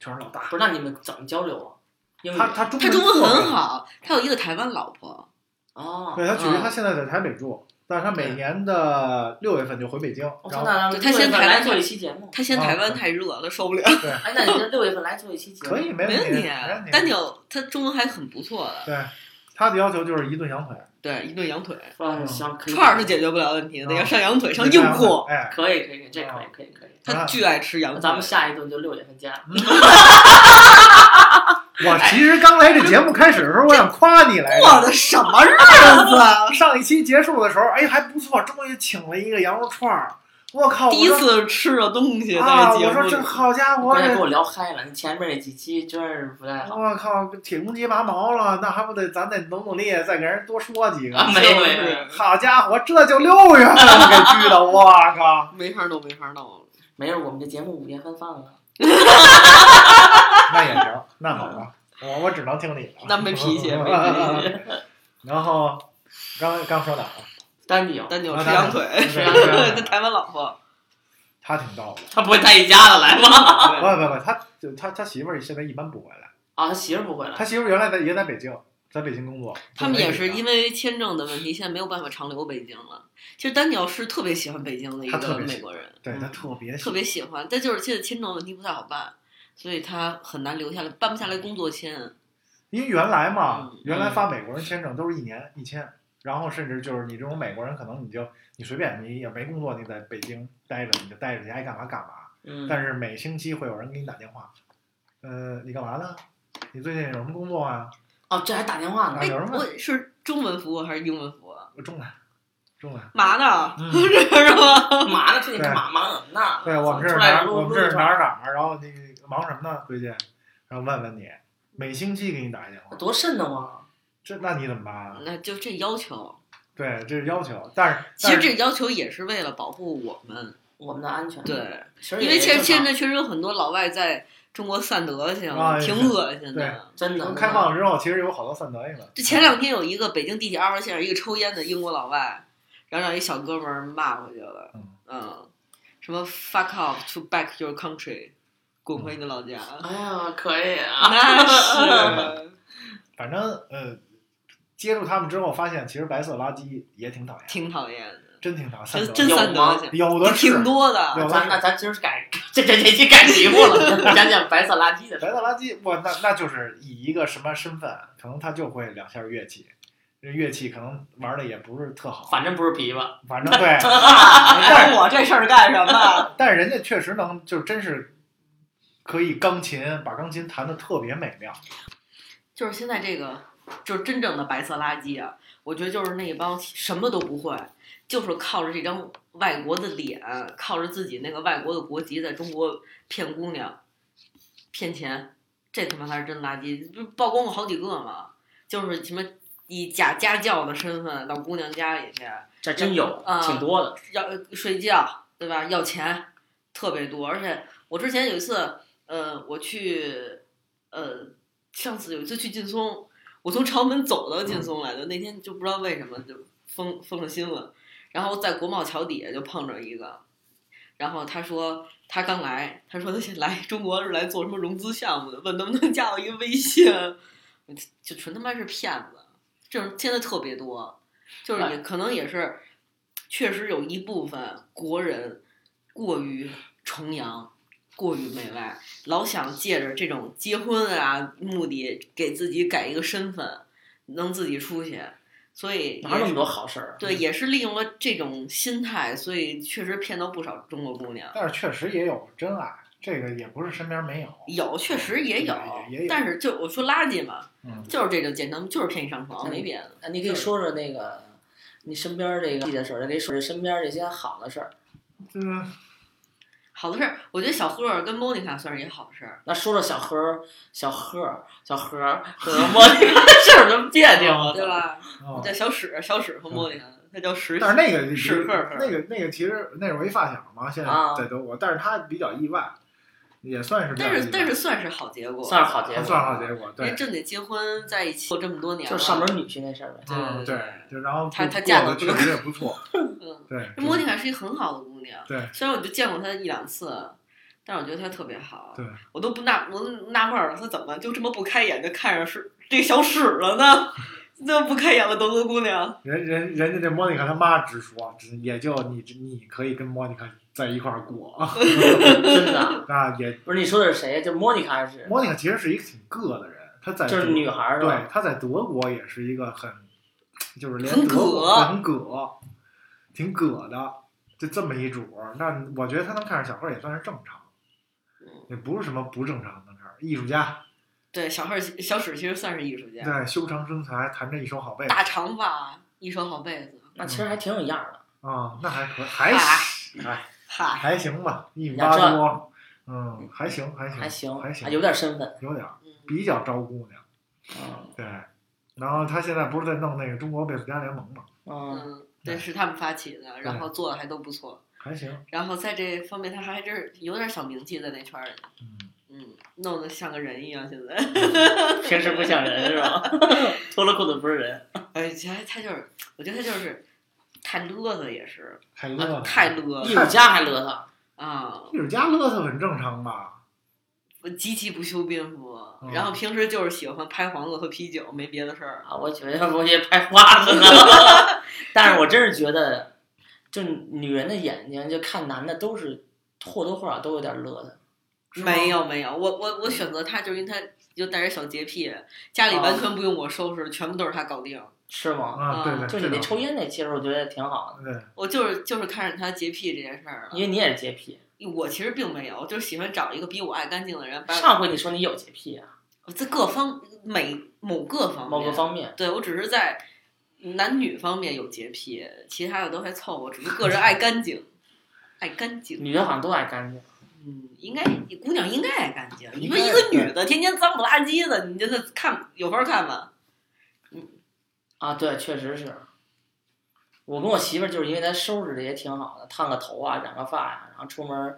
S2: 全是老大
S1: 不。是，那你们怎么交流啊？英语
S2: 他他中
S3: 他中文
S2: 特别
S3: 很好，他有一个台湾老婆，
S1: 哦，
S2: 对他举例，
S3: 嗯
S2: 他现在在台北住，但是他每年的六月份就回北京，
S3: 哦
S1: 我
S2: 然
S1: 操，
S2: 后
S1: 那咱们
S3: 对他先
S1: 六月份
S3: 谈
S1: 来
S3: 了
S1: 做一期节 目。
S3: 他嫌
S2: 啊
S3: 台湾太热了，受不了。
S1: 哎，那你这六月份来做一期节目
S2: 可以没
S3: 没
S2: 问
S3: 问
S2: 题，
S3: 题啊
S2: 没问，题。
S3: 丹尼尔他中文还很不错的，
S2: 对，他的要求就是一顿羊腿，
S3: 对，一顿羊腿
S1: 啊，行，可以。
S3: 串儿是解决不了问题的，
S2: 嗯
S3: 要上羊腿，上硬
S2: 货，
S3: 货。
S2: 哎，
S1: 可以，可以，可以这可以，可以，可以。
S2: 啊
S3: 他巨爱吃羊
S1: 那
S3: 腿，
S1: 咱们下一顿就六月份见。
S2: 我其实刚来这节目开始的时候，我想夸你来着。
S3: 过的什么日子？啊
S2: 上一期结束的时候，哎，还不错，终于请了一个羊肉串儿，我靠，
S3: 第一
S2: 我说
S3: 次吃的东西在
S2: 啊，
S3: 节目
S2: 我说这
S3: 里，
S2: 好家伙，
S1: 关键给
S2: 这
S1: 我聊嗨了，你前面那几期真是不太好。
S2: 我靠，铁公鸡拔毛了，那还不得咱得努努力，再给人多说几个。
S1: 啊没
S3: 是不
S1: 没
S3: 是
S2: 好家伙，这就六月份给拘的，我靠！
S3: 没法弄，没法
S2: 啊
S3: 弄。
S1: 没事，我们这节目五月份放了。
S2: 那也行，那好吧，嗯我我只能听你的。
S3: 那没脾气
S2: 啊
S3: 没脾
S2: 气。 然后刚刚说哪儿了？
S1: 丹尼尔，
S3: 丹尼尔
S2: 啊
S3: 吃羊腿，
S2: 是
S1: 羊
S2: 腿
S3: 对，他台湾老婆，
S2: 他挺逗的，
S1: 他不会带一家子来吧？
S2: 不
S3: 对
S2: 不不，他就他他媳妇儿现在一般不回来，
S1: 啊，他媳妇不会来
S2: 他。媳妇儿原来在也在北京，在北京工作。
S3: 他们也是
S2: 一
S3: 因为签证的问题，现在没有办法长留北京了。其实丹尼尔是特别喜欢北京的一
S2: 他特
S3: 个
S2: 别喜
S3: 美国人，
S2: 对他特别喜
S3: 特别喜欢，但就是现在签证问题不太好办，所以他很难留下来，办不下来工作签。
S2: 因为原来嘛
S3: 嗯，
S2: 原来发美国人签证都是一年一签，然后甚至就是你这种美国人，可能你就你随便你也没工作，你在北京待着，你就待着，你爱干嘛干嘛。
S1: 嗯，
S2: 但是每星期会有人给你打电话，呃，你干嘛呢？你最近有什么工作啊？
S1: 哦，这还打电话呢
S2: 哎。有人问
S3: 我是中文服务还是英文服务？
S2: 我中了，中了。
S3: 嘛呢？
S2: 嗯
S3: 这 是吗？
S1: 干嘛呢？最近干嘛忙什么呢？
S2: 对我们这
S1: 出
S2: 是哪
S1: 来
S2: 儿？
S1: 录
S2: 我
S1: 录
S2: 们
S1: 个
S2: 这是
S1: 圈
S2: 哪儿哪儿？然后你忙什么呢？最近，然后问问你，每星期给你打一电话，
S1: 多瘆得慌。啊
S2: 这那你怎么办啊？
S3: 那就这要求，
S2: 对，这是要求，但是
S3: 其实
S2: 但是
S3: 这要求也是为了保护我们。
S1: 我们的安全，，
S3: 对，
S1: 其实
S3: 因为现现
S1: 在
S3: 在确实有很多老外在中国散德性，
S2: 啊
S3: 挺
S2: 对
S3: 恶心的。
S1: 真的
S2: 开放了之后，其实有好多散德性的。
S3: 就前两天有一个北京地铁二号线一个抽烟的英国老外，然后让一小哥们儿骂回去了
S2: 嗯，
S3: 嗯，什么 fuck off to back your country，滚回你的老家。
S1: 哎呀，可以 啊，
S3: 那是
S2: 反正呃，接触他们之后，发现其实白色垃圾也挺讨厌，
S3: 挺讨厌的，
S2: 真挺讨厌，
S3: 真真
S2: 散德
S1: 有
S3: 散德
S1: 吗
S3: 性，
S2: 有的是
S3: 挺多
S2: 有
S3: 的。
S1: 咱那咱今儿改这这这期改题目 了，讲讲白色垃圾的事
S2: 白
S1: 儿。
S2: 色垃圾，我那那就是以一个什么身份，可能他就会两下乐器，这乐器可能玩的也不是特好，
S1: 反正不是琵琶，
S2: 反正 对，但
S3: 哎，
S2: 是
S3: 我这事儿干什么？
S2: 但是人家确实能，就真是可以钢琴，把钢琴弹的特别美妙。
S3: 就是现在这个，就是真正的白色垃圾啊！我觉得就是那帮什么都不会，就是靠着这张外国的脸，靠着自己那个外国的国籍，在中国骗姑娘、骗钱，这他妈才是真垃圾！不是曝光过好几个嘛，就是什么以假家教的身份到姑娘家里去，
S1: 这真有，
S3: 啊
S1: 挺多的。
S3: 要呃睡觉，对吧？要钱，特别多。而且我之前有一次，呃，我去，呃，上次有一次去劲松，我从朝门走到劲松来的，那天就不知道为什么就封封了心了。然后在国贸桥底下就碰着一个，然后他说他刚来，他说他是来中国是来做什么融资项目的，问能不能加我一个微信，就纯他妈是骗子，这种现在特别多，就是
S1: 哎
S3: 也可能也是，确实有一部分国人过于崇洋，过于媚外，老想借着这种结婚啊目的给自己改一个身份，能自己出去，所以
S1: 哪有
S3: 也
S1: 那么
S3: 是
S1: 多好事儿？啊
S3: 对，，也是利用了这种心态，所以确实骗到不少中国姑娘。
S2: 但是确实也有真爱，这个也不是身边没有。
S3: 有，确实也有，
S2: 也也有
S3: 但是就我说垃圾嘛，
S2: 嗯，
S3: 就是这种简单，就是骗你上床，
S1: 嗯
S3: 没别的。
S1: 你可以说说那个你身边这个地的事儿，也可以说说身边这些好的事儿。
S2: 这个
S3: 好的事儿，我觉得小赫尔跟莫妮卡算是一个好事儿。
S1: 那说到小何儿、小赫儿、小何儿和莫妮卡的事儿，就别扭了，
S3: 对？吧？
S2: 哦，
S3: 叫小史，小史和莫妮卡，他叫史。
S2: 但是那个
S3: 是赫赫
S2: 那个那个其实那是我一发小嘛，现在
S3: 啊
S2: 在德国，但是他比较意外，也算是比较
S3: 但
S2: 意外
S3: 是但是算是好结果，
S1: 算是好结
S2: 还
S1: 果，
S2: 算好结果，
S3: 因为
S2: 对，
S3: 正得结婚在一起这么多年了，
S1: 就是上门女婿那事儿呗。
S3: 对
S2: 嗯对，就然后
S3: 他
S2: 过
S3: 他嫁
S2: 得
S3: 得
S2: 确实也不错，
S3: 嗯，
S2: 对，
S3: 这莫妮卡是一个很好的姑娘，
S2: 对
S3: 虽然我就见过她一两次，但是我觉得她特别好，
S2: 对，
S3: 我都不纳我都纳闷儿了，她怎么就这么不开眼就看上是这个小史了呢？ 这么不开眼的德国姑娘，
S2: 人人人家这莫妮卡他妈直说，只也就你你可以跟莫妮卡在一块儿过
S1: 真的啊，
S2: 啊，也
S1: 不是你说的是谁呀？就莫妮卡还是？
S2: 莫妮卡其实是一个挺个的人，她在
S1: 就是
S2: 德
S1: 女孩儿是吧？
S2: 对，她在德国也是一个很，就是连
S3: 很
S2: 德国
S3: 葛
S2: 很葛，挺葛的，就这么一主儿。那我觉得他能看上小贺也算是正常，也不是什么不正常的事儿。艺术家，
S3: 对，小赫小史其实算是艺术家，
S2: 对，修长身材，弹着一手好贝斯
S3: 大长发，一手好被子，
S1: 那其实还挺有样儿的。
S2: 啊，那还可还
S3: 啊
S2: 还
S3: 嗨，
S2: 还行吧，一米
S1: 呀
S2: 八
S1: 这
S2: 多，嗯，还行还行
S1: 还行，啊
S2: 还行，
S1: 有点身份。
S2: 有点儿
S3: 嗯，
S2: 比较招姑娘，
S1: 嗯
S2: 对。然后他现在不是在弄那个中国贝斯家联盟嘛，
S1: 嗯，
S3: 嗯，对，是他们发起的，然后做的还都不错。
S2: 还行，
S3: 然后在这方面，他还真是有点小名气在那圈儿里，
S2: 嗯。
S3: 嗯，弄得像个人一样。现在，
S1: 平时不像人是吧？ 脱了裤子不是人。
S3: 哎，其实他就是，我觉得他就是太勒索，也是
S2: 太乐
S3: 啊
S2: 了，
S3: 太勒
S1: 艺术家还邋遢，
S3: 啊，
S2: 艺术家乐特很正常吧？
S3: 极其不修边幅。
S1: 哦
S2: 嗯
S3: 然后平时就是喜欢拍黄瓜和啤酒，没别的事儿。
S1: 啊，我觉得我也拍花子呢，但是我真是觉得，就女人的眼睛，就看男的都是或多或少都有点乐的，是吗
S3: 没有没有，我我我选择他就是因为他就带着小洁癖，家里
S1: 啊
S3: 完全不用我收拾，全部都是他搞定。
S1: 是吗？
S2: 啊，
S3: 啊
S2: 对对，
S1: 就你那
S2: 这
S1: 抽
S2: 倒是，
S1: 烟那，其实我觉得挺好
S2: 对，
S3: 我就是就是看着他洁癖这件事儿
S1: 的，因，为你也是洁癖。
S3: 我其实并没有，我就是喜欢找一个比我爱干净的人，把
S1: 上回你说你有洁癖啊，
S3: 在各方每某个方面，
S1: 某个方面，
S3: 对啊我只是在男女方面有洁癖，其他的都还凑合，只是个人爱干净，爱干净。
S1: 女人好像都爱干净。
S3: 嗯，应该姑娘应该爱干净。你
S2: 应
S3: 说
S2: 该
S3: 一个女的天天脏不拉几的，你真的看有法看吗？
S1: 啊，对，确实是。我跟我媳妇儿就是因为她收拾的也挺好的，烫个头啊，染个发呀、然后出门儿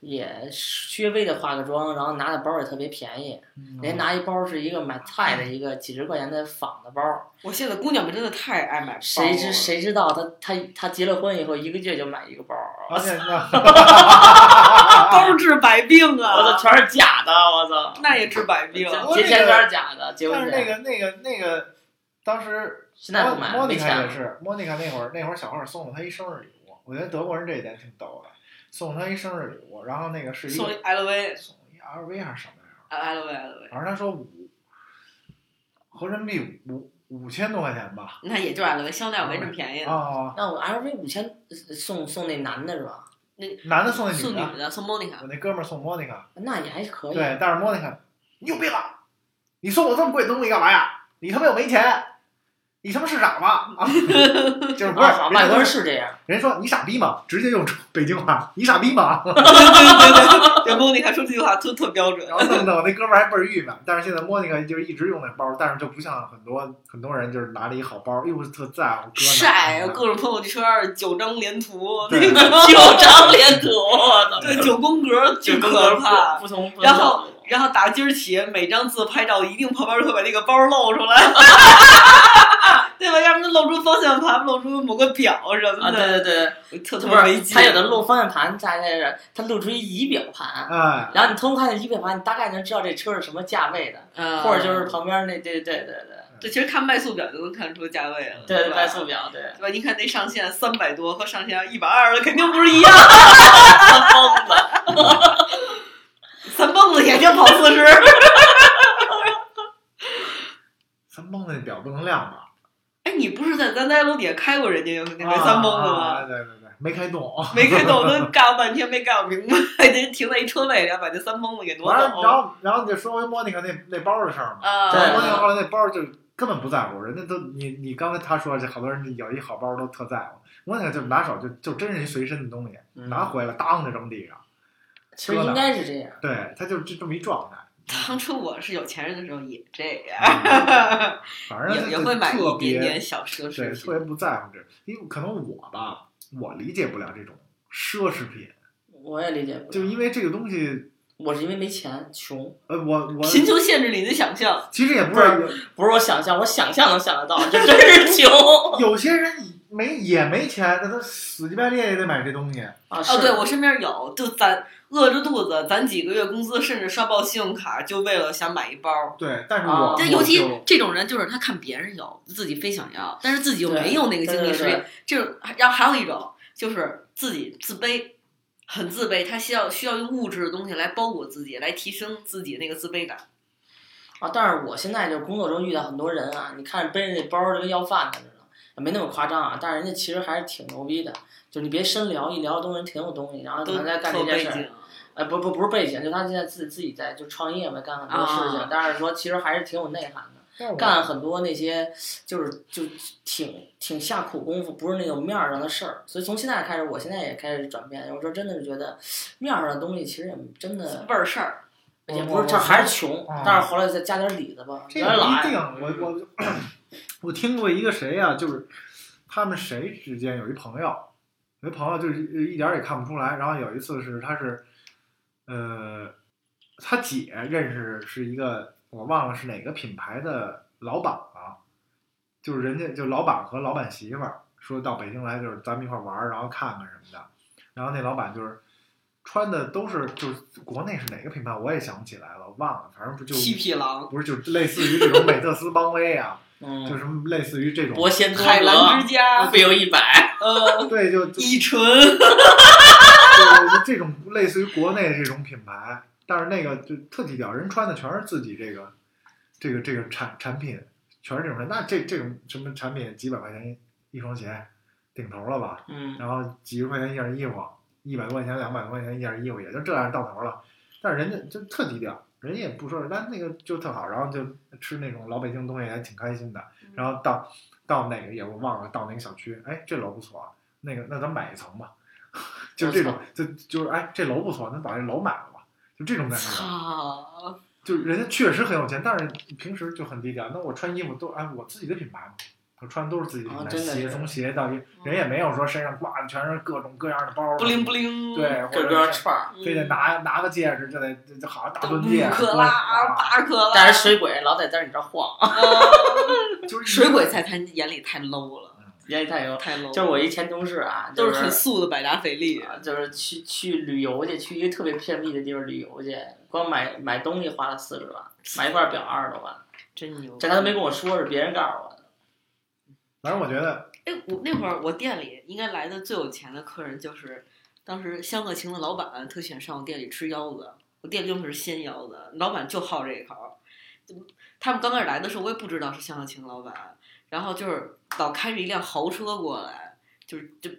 S1: 也稍微的化个妆，然后拿的包儿也特别便宜，
S2: 嗯
S1: 人家拿一包儿是一个买菜的一个几十块钱的仿的包儿，
S3: 我现在姑娘们真的太爱买包了，
S1: 谁
S2: 哦
S1: 知谁知道她她她结了婚以后一个月就买一个包儿，
S2: 而 且那
S3: 包治百病
S1: 我操，
S3: 啊，
S1: 全是假的，我操，
S3: 那也治百病。
S2: 我
S1: 结钱全是假的，结
S2: 但
S1: 婚
S2: 是那个那个那个，当时
S1: 现在不
S2: 莫
S1: 买
S2: 莫
S1: 了，
S2: 妮
S1: 没
S2: 卡
S1: 钱
S2: 也
S1: 了，
S2: 是，莫妮卡那会儿那会儿小二送了他一生日礼物，我觉得德国人这一点挺逗的，送了他一生日礼物，然后那个是一
S3: 送一
S2: 个
S3: LV，LV，LV，
S2: 送一 LV 还是什么呀？
S3: LV
S2: 反正他说五合人民币五五千多块钱吧，
S3: 那也就是 LV，香奈儿没这么便宜的。
S2: 啊，
S1: 那我 LV 五千呃送送那男的是吧？
S2: 男的送那
S3: 送
S2: 女的，
S3: 女的，送 Monica，
S2: 我那哥们儿送莫妮卡，
S1: 那也还可以，
S2: 对，但是莫妮卡，你有病啊！你送我这么贵的东西干嘛呀？你他妈又没钱，你他妈是傻吗？啊，就是不是
S1: 啊，外国人是这样。
S2: 人家说你傻逼吗？直接用北京话，你傻逼吗？
S3: 对对对对，莫妮卡说这句话特特标准
S2: 然。后弄得我那哥们儿还倍儿郁闷。但是现在莫妮卡就是一直用那包，但是就不像很多很多人就是拿了一好包，又是特在乎哥哎
S3: 晒
S2: 哪
S3: 啊
S2: 儿
S3: 各种朋友圈儿九张连图，那
S2: 对
S3: 个
S1: 九张连图，我操！
S3: 对九宫格巨可怕。
S1: 不同。不同
S3: 然后然后打今儿起，每张自拍照一定旁边会把那个包露出 来，对吧？要不然露出方向盘，露出某个表什么
S1: 啊，对
S3: 的，
S1: 对对，
S3: 特
S1: 不
S3: 特别没
S1: 是
S3: 劲。
S1: 他有的露方向盘，他那是他露出一仪表盘，
S2: 哎，
S1: 然后你通过看那仪表盘，你大概能知道这车是什么价位的，
S3: 嗯，
S1: 或者就是旁边那对对对对
S3: 对，其实看卖速表就能看出价位了，
S1: 对
S3: 吧
S1: 外速表，对，
S3: 对吧？你看那上限三百多和上限一百二的肯定不是一样，
S1: 疯了，
S3: 三蹦子也就跑四十。
S2: 三蹦子那表不能亮吧？
S3: 哎，你不是在咱家楼底下开过人家那个三蹦子
S2: 啊
S3: 吗？
S2: 啊对对对，没开动。
S3: 没开懂，都干了半天没干明白， 得停在一车位，然后把这三蹦子给挪
S2: 完了，然
S3: 走。
S2: 后然后你就说回莫妮卡那那包的事儿嘛。
S3: 啊，
S1: 对
S2: 莫妮卡后来那包就根本不在乎，人家都你你刚才他说这好多人有一好包都特在乎，我那个就拿手就就真是一随身的东西，
S1: 嗯
S2: 拿回来当着扔地上，
S1: 其实应该是这样。
S2: 对，他就这这么一 状态。
S3: 当初我是有钱人的时候也这样，
S2: 反正
S3: 也也
S2: 就
S3: 会买
S2: 特
S3: 一
S2: 别
S3: 点点小奢
S2: 对，
S3: 侈
S2: 特
S3: 品。
S2: 别不在乎这，因为可能我吧，我理解不了这种奢侈品，
S1: 我也理解不
S2: 就
S1: 了，
S2: 因为这个东西，
S1: 我是因为没钱，穷，
S2: 呃，我我
S3: 贫穷限制你的想象，
S2: 其实也不
S1: 不
S2: 是
S1: 不是我想象，我想象能想得到，这真是
S3: 哦
S1: 穷
S2: 有有些人没也没钱，那他死乞白赖也得买这东西。
S1: 啊！
S3: 哦，
S1: 是
S3: 对我身边有，就攒饿着肚子攒几个月工资，甚至刷爆信用卡，就为了想买一包。
S2: 对，但是我、
S1: 啊
S2: 我
S3: 但尤其
S2: 就
S3: 这种人，就是他看别人有，自己非想要，但是自己又
S1: 对
S3: 没有那个
S1: 对
S3: 经济
S1: 对
S3: 实
S1: 对
S3: 力。这种，然后还有一种就是自己自卑，很自卑，他需要需要用物质的东西来包裹自己，来提升自己那个自卑感。
S1: 啊，但是我现在就工作中遇到很多人啊，你看背着那包就跟要饭的似的，没那么夸张啊，但是人家其实还是挺牛逼的。就是你别深聊，一聊东西挺有东西，然后可
S3: 都
S1: 能在干
S3: 特
S1: 这件
S3: 背
S1: 事儿
S3: 景，，
S1: 呃，不不不是背景，就他现在自己自己在就创业嘛，干很多事情，
S3: 啊
S1: 但是说其实还是挺有内涵的。
S2: 但我
S1: 干很多那些就是就挺挺下苦功夫，不是那种面儿上的事儿。所以从现在开始，我现在也开始转变。有时候真的是觉得面儿上的东西其实也真的
S3: 味儿事儿。
S1: 也不是，这还是穷
S2: 啊。
S1: 但是后来再加点里子吧，
S2: 这
S1: 原
S2: 个
S1: 来
S2: 一
S1: 懒
S2: 定，我我 我听过一个谁呀、就是他们谁之间有一朋友，有一朋友就是一一点儿也看不出来。然后有一次是他是，呃，他姐认识是一个我忘了是哪个品牌的老板了、就是人家就老板和老板媳妇儿说到北京来，就是咱们一块儿玩儿，然后看看什么的。然后那老板就是。穿的都是就是国内是哪个品牌我也想不起来了，忘了，反正不就
S3: 七匹狼，
S2: 不是，就类似于这种美特斯邦威啊，就
S1: 嗯，
S2: 什么类似于这种
S1: 博，仙多
S3: 海澜
S1: 德
S3: 之，家，
S1: 不由一百，
S3: 呃，
S2: 对，就就
S3: 依 纯，
S2: 就这种类似于国内这种品牌，但是那个就特技屌，人穿的全是自己这个这个这个产产品，全是这种人，那这这种什么产品几百块钱一一双鞋，顶头了吧？
S1: 嗯，
S2: 然后几十块钱一件衣服，一百多块钱、两百多块钱一件衣服，也就这样到头了。但是人家就特低调，人家也不说，但那个就特好，然后就吃那种老北京东西还挺开心的。
S1: 嗯
S2: 然后到到哪个也我忘了，到哪个小区，哎，这楼不错啊，那个那咱买一层吧， 就这种，就就是哎，这楼不错，咱把这楼买了吧，就这种感觉。
S3: 操，
S2: 就是人家确实很有钱，但是平时就很低调。那我穿衣服都哎按我自己的品牌嘛，我穿的都是自己的品
S1: 啊
S2: 牌，
S1: 真的
S2: 鞋
S1: 是
S2: 从鞋到衣，
S3: 嗯
S2: 人也没有说身上挂的全是各种各样的包儿，
S3: 不灵不灵，
S2: 对，或
S1: 这
S2: 者
S1: 边
S2: 是
S1: 串儿。
S2: 非得拿拿个戒指，就得就就好像大
S3: 都
S2: 钻
S3: 五
S2: 戒，
S3: 嗯克
S2: 多
S3: 拉、
S2: 啊
S3: 八克拉，嗯
S1: 但是水鬼老在在你这儿晃，
S2: 就是
S3: 水鬼在他眼里太 low 了，
S1: 压力太油。
S3: 太 low 了。
S1: 就是我一前同事啊，
S3: 都
S1: 就是
S3: 很素的百达翡丽，
S1: 啊，就是去去旅游去，去一个特别偏僻的地方旅游去，光买买东西花了四十万， 买一块表二十多万，
S3: 真牛。
S1: 这他都没跟我说，是别人告诉我的。
S2: 反正我觉得
S3: 哎，我那会儿我店里应该来的最有钱的客人就是，当时香客情的老板特喜欢上我店里吃腰子，我店里用的是鲜腰子，老板就好这一口儿。他们刚开始来的时候，我也不知道是香客情老板，然后就是老开着一辆豪车过来，就是就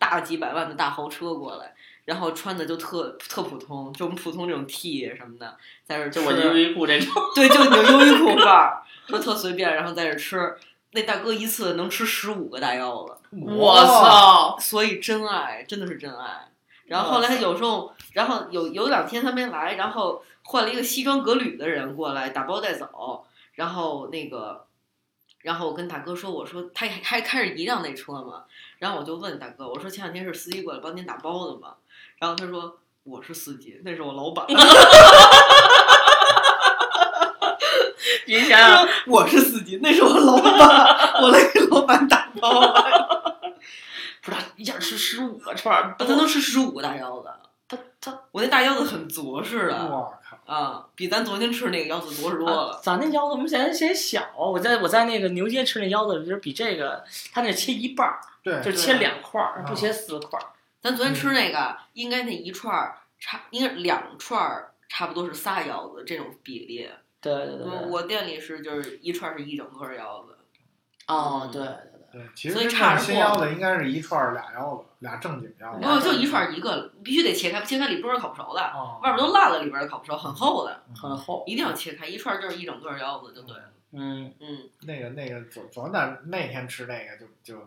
S3: 大几百万的大豪车过来，然后穿的就特特普通，就我们普通这种 T 什么的，在这儿
S1: 就我
S3: 吃
S1: 优衣库这种，
S3: 对，就有优衣库范 儿，就特随便，然后在这吃。那大哥一次能吃十五个大腰子，
S1: 我，
S2: 啊
S1: 操！
S3: 所以真爱真的是真爱。然后后来他有时候，然后有有两天他没来，然后换了一个西装革履的人过来打包带走，然后那个，然后我跟大哥说，我说他还还开着一辆那车嘛，然后我就问大哥，我说前两天是司机过来帮您打包的吗？然后他说我是司机，那是我老板。
S1: 你想 想，
S3: 我是司机，那是我老板，我来给老板打包了。
S1: 哦 不知道一下吃十五个啊串儿，
S3: 他能啊吃十五个大腰子，他他我那大腰子很着实的
S2: 我靠，
S3: 啊，比咱昨天吃那个腰子着实多了。
S1: 啊咱那腰子我们嫌嫌小，啊我在我在那个牛街吃那腰子，就是比这个他那切一半儿，
S2: 对，
S1: 就切两块儿，
S2: 啊
S1: 不切四块儿。
S3: 咱昨天吃那个，应该那一串儿差，应该两串儿差不多是仨腰子这种比例。
S1: 对对对
S3: 我
S1: 对，
S3: 我店里是就是一串儿是一整个腰子，
S1: 哦对对对，
S2: 对，其实
S3: 所以
S2: 真
S3: 差
S2: 正
S3: 着
S2: 新
S3: 过
S2: 腰子应该是一串儿俩腰子，俩正经腰子，
S3: 不哦就一串儿一个，必须得切开，切开里边儿是烤不熟的，
S2: 哦
S3: 外边儿都烂了，里边儿是烤不熟，很厚的，
S1: 很厚。
S3: 一定要切开，一串儿就是一整个腰子就对了。
S1: 嗯，
S3: 嗯，
S2: 那个那个昨昨那那天吃那个就就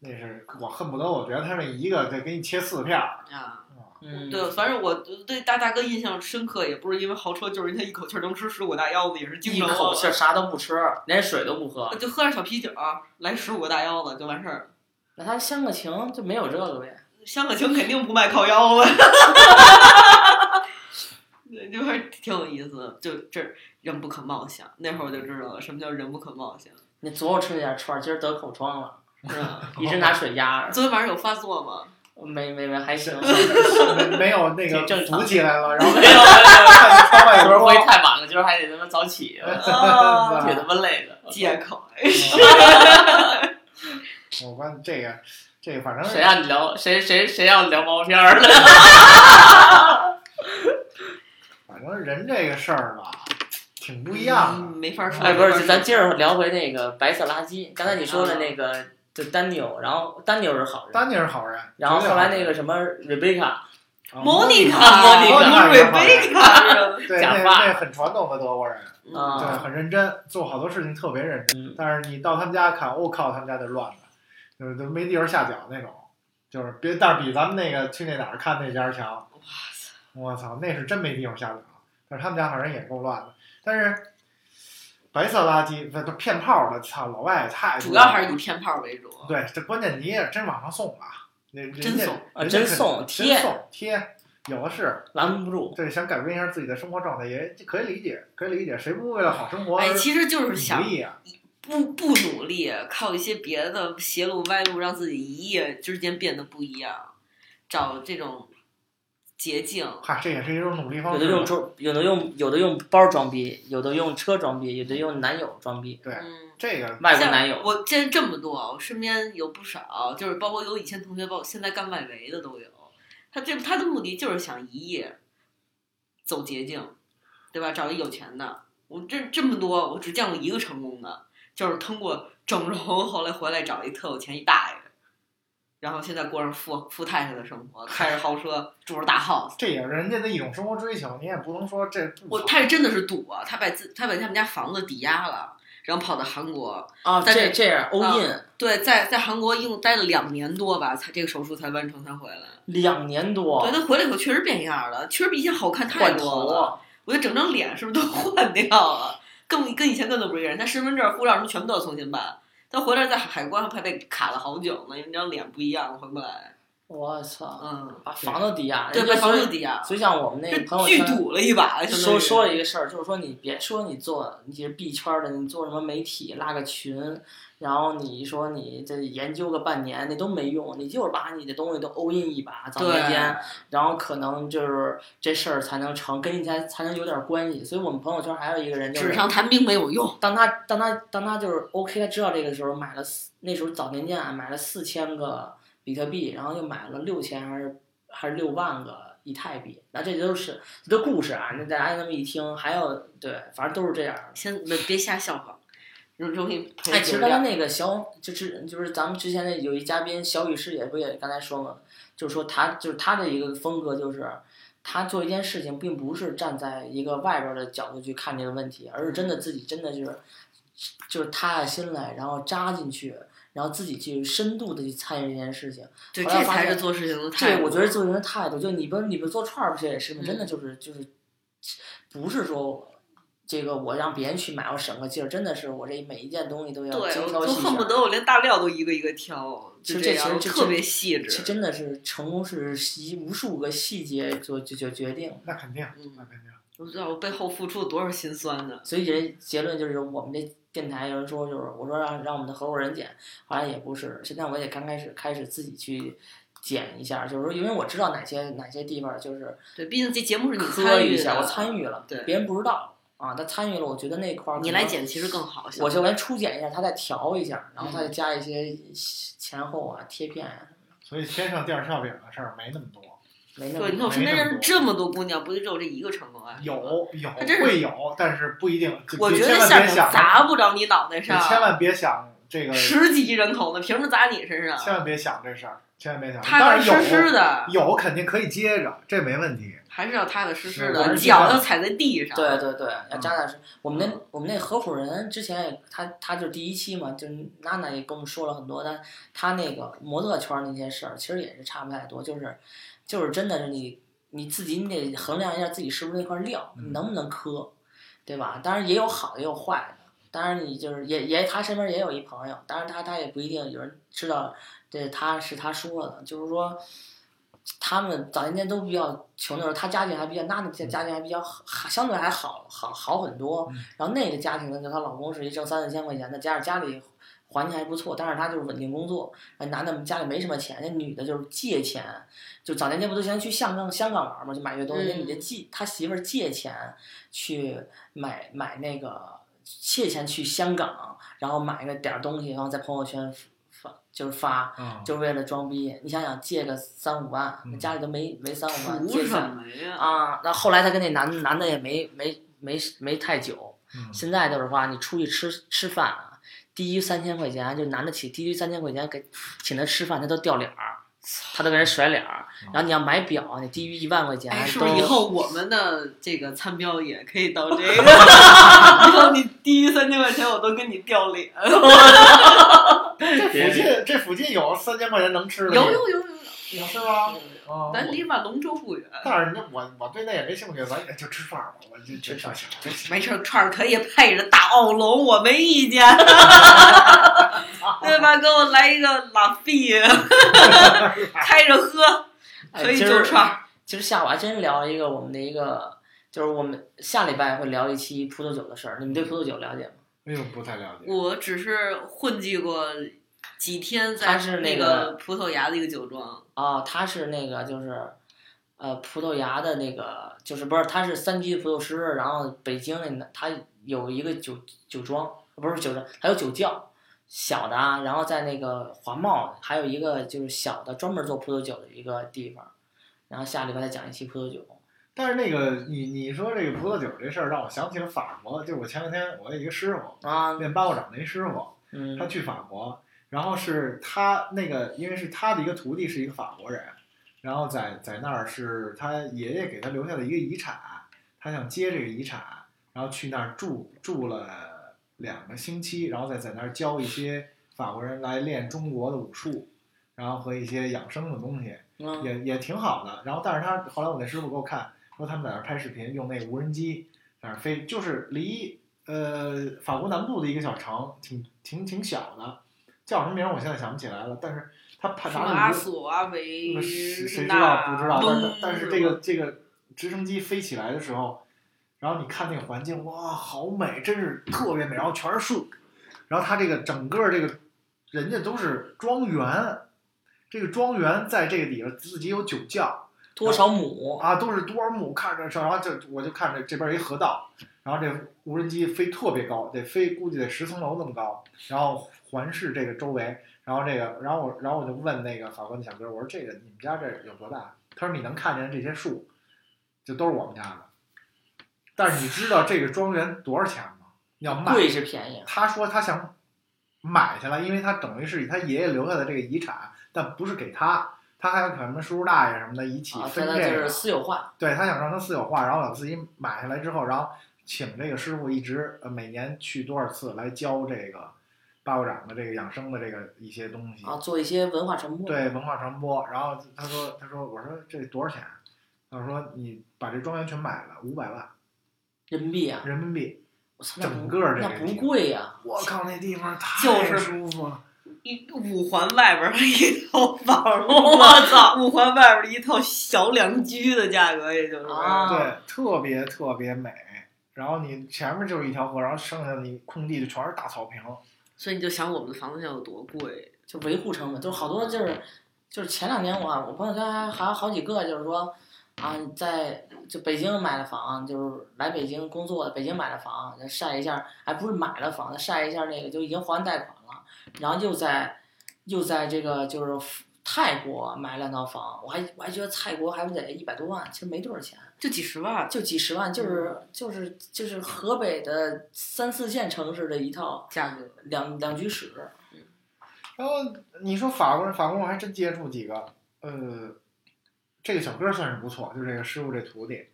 S2: 那是我恨不得我觉得他那一个得给你切四 片儿，
S3: 啊。
S1: 嗯，
S3: 对，反正我对大大哥印象深刻，也不是因为豪车，就是因为他一口气儿能吃十五大腰子，也是经
S1: 一
S3: 常
S1: 口气儿啥都不吃，连水都不喝，
S3: 呃就喝点小啤酒儿、来十五个大腰子就完事儿了。
S1: 那他相个情就没有这个呗。
S3: 香港情肯定不卖烤腰子， 对，就还挺有意思的。就这儿人不可貌相，那会儿我就知道了什么叫人不可貌相，
S1: 你昨儿吃那点串儿，今儿得口疮了，
S3: 是吧？
S1: 一直拿水压着，
S3: 昨天晚上有发作 吗？
S1: 没没 没还行，
S2: 没没有那
S1: 这
S2: 个
S1: 正常
S2: 浮起来了，然
S1: 没有没
S2: 后
S1: 有，
S2: 看见窗外
S1: 昨 儿
S2: 有
S1: 回
S2: 光
S1: 去，太晚了，今儿还得他妈早 起，
S3: 啊，
S1: 挺他妈累 的。
S3: 借口。
S2: 我关这个这个反正
S1: 谁让你聊谁谁谁让你聊毛片儿了？
S2: 反正人这个事儿吧，挺不一样啊的。
S3: 嗯没法说。
S1: 哎，不
S3: 没法
S1: 是，
S3: 说
S1: 咱接着聊回那个白色垃圾。刚才你说的那个就丹尼尔，然后丹尼尔是好人，
S2: 丹尼是好人，
S1: 然后
S2: 绝对
S1: 后
S2: 好
S1: 来
S2: 人
S1: 那个什么 Rebecca，
S2: 啊
S3: 莫妮卡，
S1: 莫妮卡
S3: 卡，哦瑞贝卡，嗯
S2: 对
S1: 假
S2: 那
S1: 发
S2: 那很传统的德国人，对，
S1: 啊
S2: 很认真，做好多事情特别认真。
S1: 嗯
S2: 但是你到他们家看，我、靠，他们家得乱的，就是都没地儿下脚那种，就是别，但是比咱们那个去那哪儿看那家强。
S3: 哇塞，
S2: 我操，那是真没地方下脚。但是他们家反正也够乱的，但是白色垃圾不都骗炮的，操，老外也太多
S3: 主
S2: 了
S3: 要还是以骗炮为主。
S2: 对，这关键你也真往上送了，那人
S3: 真
S2: 家
S3: 送
S1: 啊
S2: 人家
S1: 真
S2: 肯
S1: 送贴
S2: 真送贴，有的是。
S1: 拦不住。
S2: 对，想改变一下自己的生活状态也可以理解，可以理解，谁不为了好生活
S3: 哎，其实就是想
S2: 努力啊？
S3: 不不努力，靠一些别的邪路歪路，让自己一夜之间变得不一样，找这种捷径。
S2: 嗨，这也是一种努力方
S1: 有
S2: 式
S1: 的用
S2: 嘛。
S1: 装，有的用有的用包装逼，有的用车装逼，有的用男友装逼，
S2: 对
S3: 嗯，
S2: 这个
S1: 外国
S3: 像
S1: 男友。
S3: 我见这么多，我身边有不少，就是包括有以前同学，包括现在干外围的都有。他这他的目的就是想一夜走捷径，对吧？找一有钱的。我这这么多，我只见过一个成功的，就是通过整容后来回来找一特有钱一大爷，然后现在过上富富太太的生活，开着豪车，住着大 house。
S2: 这也是人家的一种生活追求，你也不能说这不
S3: 我
S2: 好
S3: 他是真的是赌啊，他把自他把他们家房子抵押了，然后跑到韩国，
S1: 啊，
S3: 但
S1: 这
S3: 是
S1: 这样欧印
S3: 对，在在韩国一共待了两年多吧，才这个手术才完成，才回来。
S1: 两年多
S3: 对，他回来以后确实变样了，确实比以前好看太
S1: 换
S3: 多
S1: 头
S3: 了。
S1: 啊，
S3: 我觉得整张脸是不是都换掉了？更跟以前根本不是一个人。他身份证、护照什么全部都要重新办。他回来在海关还被卡了好久呢，因为那张脸不一样，回不来。
S1: 我操，
S3: 嗯，
S1: 把房子抵押，
S3: 对，
S1: 人家
S3: 被房
S1: 所以
S3: 子抵押，
S1: 所以像我们那
S3: 这
S1: 个朋友
S3: 巨
S1: 圈
S3: 赌了一把，相当
S1: 说
S3: 于
S1: 说了一个事儿，就是说你别说你做你是 B 圈儿的，你做什么媒体拉个群，然后你说你这研究个半年，那都没用，你就是把你的东西都 all in 一把，早年间，
S3: 对，
S1: 然后可能就是这事儿才能成，跟你才才能有点关系。所以我们朋友圈还有一个人就
S3: 纸
S1: 是。
S3: 上谈兵没有用。
S1: 当他当他当他就是 OK，他知道这个时候买了四，那时候早年间啊买了四千个比特币，然后又买了六千还是还是六万个以太币，那这都是这都故事啊，那大家那么一听，还有对，反正都是这样的。
S3: 先别瞎效仿，容易赔
S1: 哎，其实
S3: 酒
S1: 刚才
S3: 量。
S1: 那个小就是就是咱们之前那有一嘉宾小雨师姐不也刚才说嘛，就是说他就是他的一个风格就是。他做一件事情，并不是站在一个外边儿的角度去看这个问题，而是
S3: 嗯
S1: 真的自己真的就是就是塌下心来，然后扎进去，然后自己去深度的去参与这件事情。
S3: 对，
S1: 我
S3: 这
S1: 要发
S3: 才是
S1: 现
S3: 做事情的态
S1: 这
S3: 度。
S1: 我觉得做人的态度，就你们你们做串儿不是也是吗？
S3: 嗯
S1: 真的就是就是，不是说这个我让别人去买，我省个劲儿，真的是我这每一件东西都要
S3: 对，
S1: 精
S3: 我
S1: 挑
S3: 都
S1: 细
S3: 恨
S1: 选
S3: 不。得我连大料都一个一个挑，
S1: 其
S3: 就
S1: 实这
S3: 样，
S1: 其实这
S3: 特别细
S1: 这
S3: 致。
S1: 真的是成功是一无数个细节所就就决定的，
S2: 那肯定，那
S3: 嗯，
S2: 肯定，
S3: 我知道我背后付出了多少心酸呢。
S1: 所以人结论就是我们这电台有人说就是我说让让我们的合伙人剪，好像也不是，现在我也刚开始开始自己去剪一下，就是说因为我知道哪些哪些地方就是
S3: 对，毕竟这节目是你
S1: 磕
S3: 参与
S1: 一
S3: 的，
S1: 下，我参与了，
S3: 对
S1: 别人不知道啊，他参与了，我觉得那块儿
S3: 你
S1: 可能
S3: 来，剪其嗯实更好。
S1: 我
S3: 就
S1: 就来初剪一下，他再调一下，然后他再加一些前后啊、贴片啊，
S2: 所以天上掉馅饼的事儿没那么多，
S1: 没那
S3: 对，你
S1: 么
S3: 看我身边
S2: 没那么
S3: 认识这么多姑娘，不就只有这一个成功案？
S2: 有有
S3: 那真是
S2: 会有，但是不一定，就
S3: 我
S2: 就
S3: 觉得
S2: 千万别
S3: 面
S2: 想，
S3: 砸不着你脑袋
S2: 就千
S3: 上，
S2: 万别想这个，
S3: 十几亿人口呢，凭什么砸你身上？
S2: 千万别想这事儿，千万别想。
S3: 踏
S2: 当
S3: 踏
S2: 然有
S3: 实实的，
S2: 有肯定可以接着，这没问题。
S3: 还是要踏踏实实
S2: 是
S3: 的，
S2: 我是
S3: 脚
S2: 觉得
S3: 要踩在地上。
S1: 对对对，要扎扎实。我们那
S2: 嗯
S1: 我们那合伙人之前也他他就是第一期嘛，就是娜娜也跟我们说了很多，但他那个模特圈那些事儿其实也是差不太多，就是就是真的是你你自己你得衡量一下自己是不是那块料，
S2: 嗯
S1: 你能不能磕，对吧？当然也有好的也有坏的。当然，你就是也也，他身边也有一朋友，当然他他也不一定有人知道，这他是他说的，就是说，他们早年间都比较穷的时候，他家境还比较，那那家家境还比较好，相对还好好好很多
S2: 嗯。
S1: 然后那个家庭呢，就她老公是一挣三四千块钱的，加上家里环境还不错，但是他就是稳定工作，哎男的家里没什么钱，那女的就是借钱，就早年间不都先去香港香港玩嘛，就买些东西，那
S3: 嗯
S1: 女的借他媳妇儿借钱去买买那个借钱去香港，然后买个点儿东西，然后在朋友圈发就是发。
S2: 啊、
S1: 就是为了装逼。你想想，借个三五万，
S2: 嗯
S1: 家里都没没三五万，
S3: 图
S1: 借
S3: 什
S1: 三
S3: 么呀？
S1: 啊。那后来他跟那男男的也没没没没太久，
S2: 嗯
S1: 现在就是话，你出去吃吃饭啊，低于三千块钱，就男的请低于三千块钱给请他吃饭，他都掉脸儿，他都给人甩脸儿。然后你要买表，你低于一万块钱
S3: 啊哎，是
S1: 都
S3: 不是以后我们的这个参标也可以 到这个？以后你低于三千块钱，我都跟你掉脸。
S2: 这附近这附近有三千块钱能吃的吗，
S3: 有有有有
S2: 有是吗？
S3: 有，
S2: 啊，
S3: 咱离满龙州不远。
S2: 但是那我我对那也没兴趣，咱也就吃串儿吧，我就就
S1: 吃串儿
S2: 行。
S3: 没事儿，串儿可以配着大奥龙，我没意 见，对吧？给我来一个拉菲， 开着喝，
S1: 哎
S3: 可以
S1: 今
S3: 就
S1: 儿
S3: 串儿。
S1: 今儿下午还真聊了一个我们的一个，就是我们下礼拜会聊一期葡萄酒的事儿。你们对葡萄酒了解吗？
S2: 哎呦，不太了解。
S3: 我只是混迹过几天，在
S1: 他是那个
S3: 个葡萄牙的一个酒庄，
S1: 啊，他是那个就是，呃，葡萄牙的那个就是不是他是三级葡萄师，然后北京的那他有一个酒酒庄，不是酒庄，还有酒窖小的啊，然后在那个华贸还有一个就是小的专门做葡萄酒的一个地方，然后下礼拜再讲一期葡萄酒。
S2: 但是那个你你说这个葡萄酒这事儿，让我想起了法国。就我前两天我有一个师傅，
S1: 啊，
S2: 练八股掌的一师傅，
S1: 嗯
S2: 他去法国，然后是他那个，因为是他的一个徒弟是一个法国人，然后在在那儿是他爷爷给他留下的一个遗产，他想接这个遗产，然后去那儿住住了两个星期，然后再在那儿教一些法国人来练中国的武术，然后和一些养生的东西。
S1: 嗯
S2: 也也挺好的。然后，但是他后来我那师傅给我看，说他们在那儿拍视频，用那个无人机在那儿飞，就是离呃法国南部的一个小城，挺挺挺小的，叫什么名儿我现在想不起来了。但是他拍
S3: 什
S2: 拿
S3: 么
S2: 着
S3: 阿
S2: 无
S3: 索啊、维
S2: 谁谁知道嗯
S3: 纳
S2: 不知道？但是
S3: 东，
S2: 但是这个这个直升机飞起来的时候，然后你看那个环境，哇，好美，真是特别美，然后全是树，然后它这个整个这个人家都是庄园，这个庄园在这个里边自己有酒窖，
S1: 多少亩？
S2: 啊，都是多少亩看着，然后就我就看着这边儿一河道，然后这无人机飞特别高，得飞估计得十层楼那么高，然后环视这个周围，然后这个，然后我然后我就问那个法国那小哥，我说这个你们家这有多大？他说你能看见这些树，就都是我们家的。但是你知道这个庄园多少钱吗？要卖
S1: 贵是便宜，
S2: 他说他想买下来，因为他等于是以他爷爷留下的这个遗产，但不是给他，他还有可能叔叔大爷什么的一起
S1: 啊，
S2: 分
S1: 现
S2: 这
S1: 在就
S2: 个。
S1: 是私有化，
S2: 对他想让他私有化，然后把自己买下来之后，然后请这个师傅一直呃每年去多少次来教这个八股掌的这个养生的这个一些东西，
S1: 啊，做一些文化传播。
S2: 对文化传播。然后他说他说我说这多少钱啊？他说你把这庄园全买了五百万
S1: 人民币啊，
S2: 人民币，
S1: 我操，那不
S2: 整个这个
S1: 那
S2: 地
S1: 不
S2: 方
S1: 贵呀，
S2: 我靠那地方太
S3: 就是
S2: 舒服了，
S3: 一五环外边儿的一套 房，
S1: 我操
S3: 五环外边儿的一套小两居的价格，也就是。
S1: 啊
S2: 对，特别特别美。然后你前面就是一条河，然后剩下你空地就全是大草坪，
S3: 所以你就想我们的房子现在有多贵，
S1: 就维护成本，就是好多就是就是前两年我啊我朋友圈还还有好几个就是说啊在就北京买了房，就是来北京工作的，北京买了房，晒一下，哎不是买了房，晒一下那个就已经还完贷款了，然后又在又在这个就是泰国买两套房，我还我还觉得泰国还不得一百多万，其实没多少钱。
S3: 就几十万。
S1: 就几十万，就是就是就是河北的三四线城市的一套
S3: 价格
S1: 两两居室，
S2: 然后你说法国人，法国人我还真接触几个，呃，这个小哥算是不错，就是这个师傅这徒弟，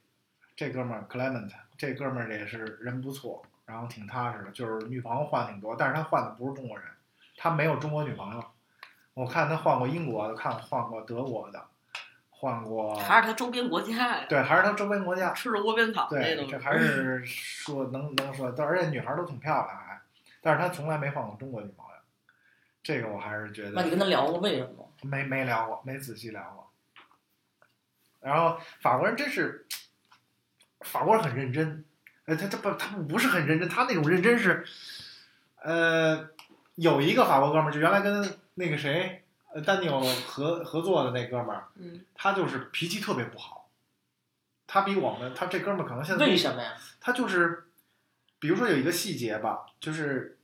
S2: 这哥们儿 Clement，这哥们儿也是人不错，然后挺踏实的，就是女朋友换挺多，但是他换的不是中国人，他没有中国女朋友，我看他换过英国的，看换过德国的，换过，
S3: 还是他周边国家呀，
S2: 哦对，还是他周边国家，
S3: 吃着窝边草那
S2: 对，
S3: 种
S2: 这。还是说能能说，但而且女孩儿都挺漂亮，还，但是他从来没换过中国女朋友，这个我还是觉得。
S4: 那你跟他聊过为什么吗？
S2: 没没聊过，没仔细聊过。然后法国人真是，法国人很认真，呃，他他不他不是很认真，他那种认真是，呃，有一个法国哥们儿，就原来跟那个谁，呃，丹尼尔合合作的那哥们儿，
S3: 嗯，
S2: 他就是脾气特别不好，他比我们他这哥们儿可能现在
S4: 为什么呀？
S2: 他就是，比如说有一个细节吧，就是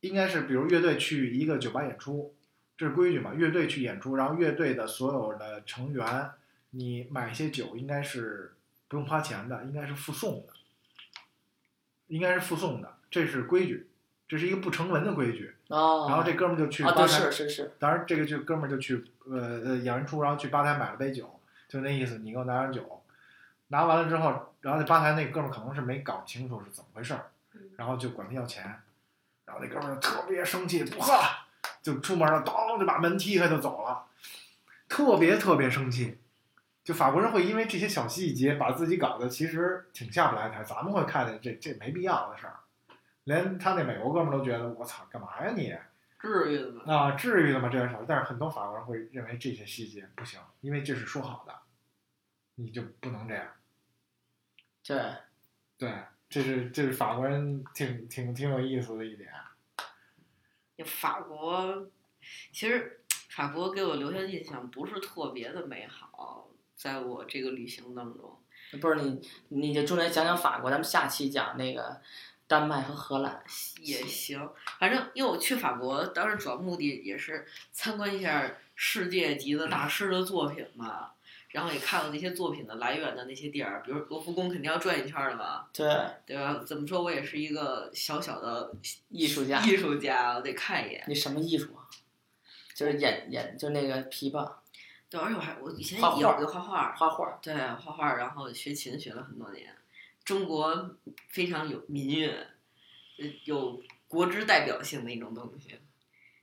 S2: 应该是比如乐队去一个酒吧演出，这是规矩嘛？乐队去演出，然后乐队的所有的成员，你买一些酒应该是不用花钱的，应该是附送的，应该是附送的，这是规矩，这是一个不成文的规矩。
S4: 哦，
S2: 然后这哥们儿就去
S4: 啊，
S2: 吧
S4: 对，
S2: 台
S4: 是是是，
S2: 当然，这个就哥们儿就去呃呃演完出，然后去吧台买了杯酒，就那意思，你给我拿点酒。拿完了之后，然后那吧台那哥们儿可能是没搞清楚是怎么回事儿
S3: 嗯，
S2: 然后就管他要钱，然后那哥们儿就特别生气，不喝了，就出门了，咚就把门踢开就走了，特别特别生气。就法国人会因为这些小细节把自己搞得其实挺下不来台，咱们会看见这这没必要的事儿，连他那美国哥们儿都觉得我操干嘛呀你？
S3: 至于的吗？
S2: 啊，至于的吗？这件事儿，但是很多法国人会认为这些细节不行，因为这是说好的，你就不能这样。
S4: 对，
S2: 对，这是这是法国人挺挺挺有意思的一点。
S3: 也法国，其实法国给我留下的印象不是特别的美好，在我这个旅行当中，
S4: 不是你，你就重点讲讲法国，咱们下期讲那个丹麦和荷兰。
S3: 也行，反正因为我去法国，当时主要目的也是参观一下世界级的大师的作品嘛，然后也看了那些作品的来源的那些地儿，比如罗浮宫肯定要转一圈儿的嘛，
S4: 对，
S3: 对吧？怎么说我也是一个小小的
S4: 艺术家
S3: 艺术家，我得看一眼。
S4: 你什么艺术啊？就是演演，就那个琵琶、
S3: 对，而且我还我以前
S4: 画画
S3: 也会画画，
S4: 画画，
S3: 对，画画，然后学琴学了很多年。中国非常有民乐，呃有国之代表性的一种东西。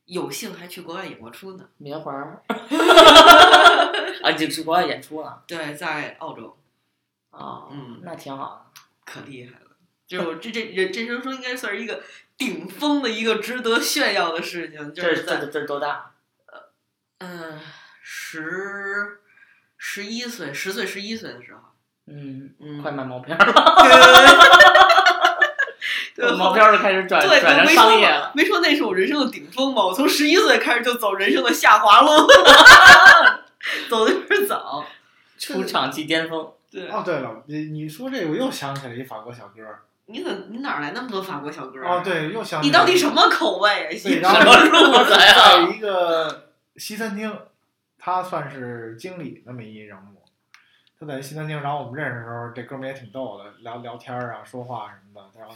S3: 有幸还去国外演过出呢。
S4: 棉花儿， 啊，就直播演出了
S3: 对，在澳洲，
S4: 啊，
S3: 嗯
S4: 那挺好的。
S3: 可厉害了。就是我这这这这时候说应该算是一个顶峰的一个值得炫耀的事情，就
S4: 这
S3: 是
S4: 是
S3: 在
S4: 这这是多大？
S3: 嗯十十一岁、十岁、十一岁的时候，
S4: 嗯，
S3: 嗯，
S4: 快卖毛片儿了，
S3: 对
S4: 毛片儿都开始转
S3: 对，
S4: 转
S3: 我
S4: 成
S3: 没
S4: 商
S3: 说
S4: 业
S3: 嘛
S4: 了。
S3: 没说那是我人生的顶峰嘛，我从十一岁开始就走人生的下滑路， 走的有点早。
S4: 出场即巅峰，
S3: 对，
S2: 哦，对了，你你说这个，我又想起来一法国小哥儿。
S3: 你怎你哪儿来那么多法国小哥？
S2: 哦，，对，又想起
S3: 你到
S2: 来
S3: 底什么口味啊？
S2: 对，
S3: 西
S2: 然后
S4: 什么路子呀
S2: 在一个西餐厅，他算是经理那么一人物。他在西餐厅，然后我们认识的时候，这哥们儿也挺逗的，聊聊天儿啊，说话什么的。然后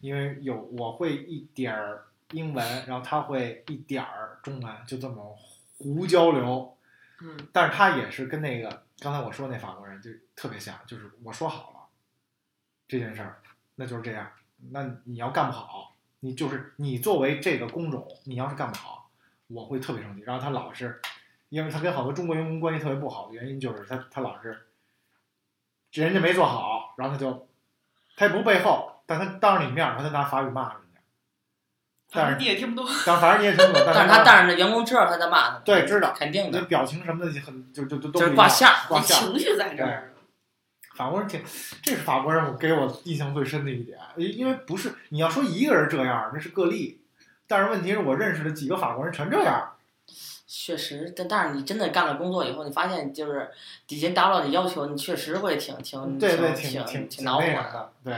S2: 因为有我会一点儿英文，然后他会一点儿中文，就这么胡交流。
S3: 嗯，
S2: 但是他也是跟那个刚才我说那法国人就特别像，就是我说好了这件事儿，那就是这样。那你要干不好，你就是你作为这个工种，你要是干不好，我会特别生气。然后他老是，因为他跟好多中国员工关系特别不好的原因就是他他老是，人家没做好，然后他就他也不背后，但他当着你面儿，然后他拿法语骂人家，
S3: 反
S2: 但
S3: 正
S2: 是
S3: 你也听不懂。
S2: 但反正你也听不懂，
S4: 但是他但是那员工知道他在骂他，
S2: 嗯对知道
S4: 肯定
S2: 那
S4: 的，
S2: 表情什么的就很就就就
S4: 就
S2: 都
S4: 是
S2: 不一
S4: 挂
S2: 样
S4: 线儿
S2: 挂线儿
S3: 情绪在这儿。
S2: 法国人挺，这是法国人我给我印象最深的一点，啊因因为不是你要说一个人这样，那是个例，但是问题是我认识的几个法国人全这样，
S4: 确实。但但是你真的干了工作以后，你发现就是底薪达不到你要求，你确实会挺嗯挺
S2: 对对，
S4: 挺
S2: 挺
S4: 挺
S2: 那
S4: 恼火嗯
S2: 啥。的，对。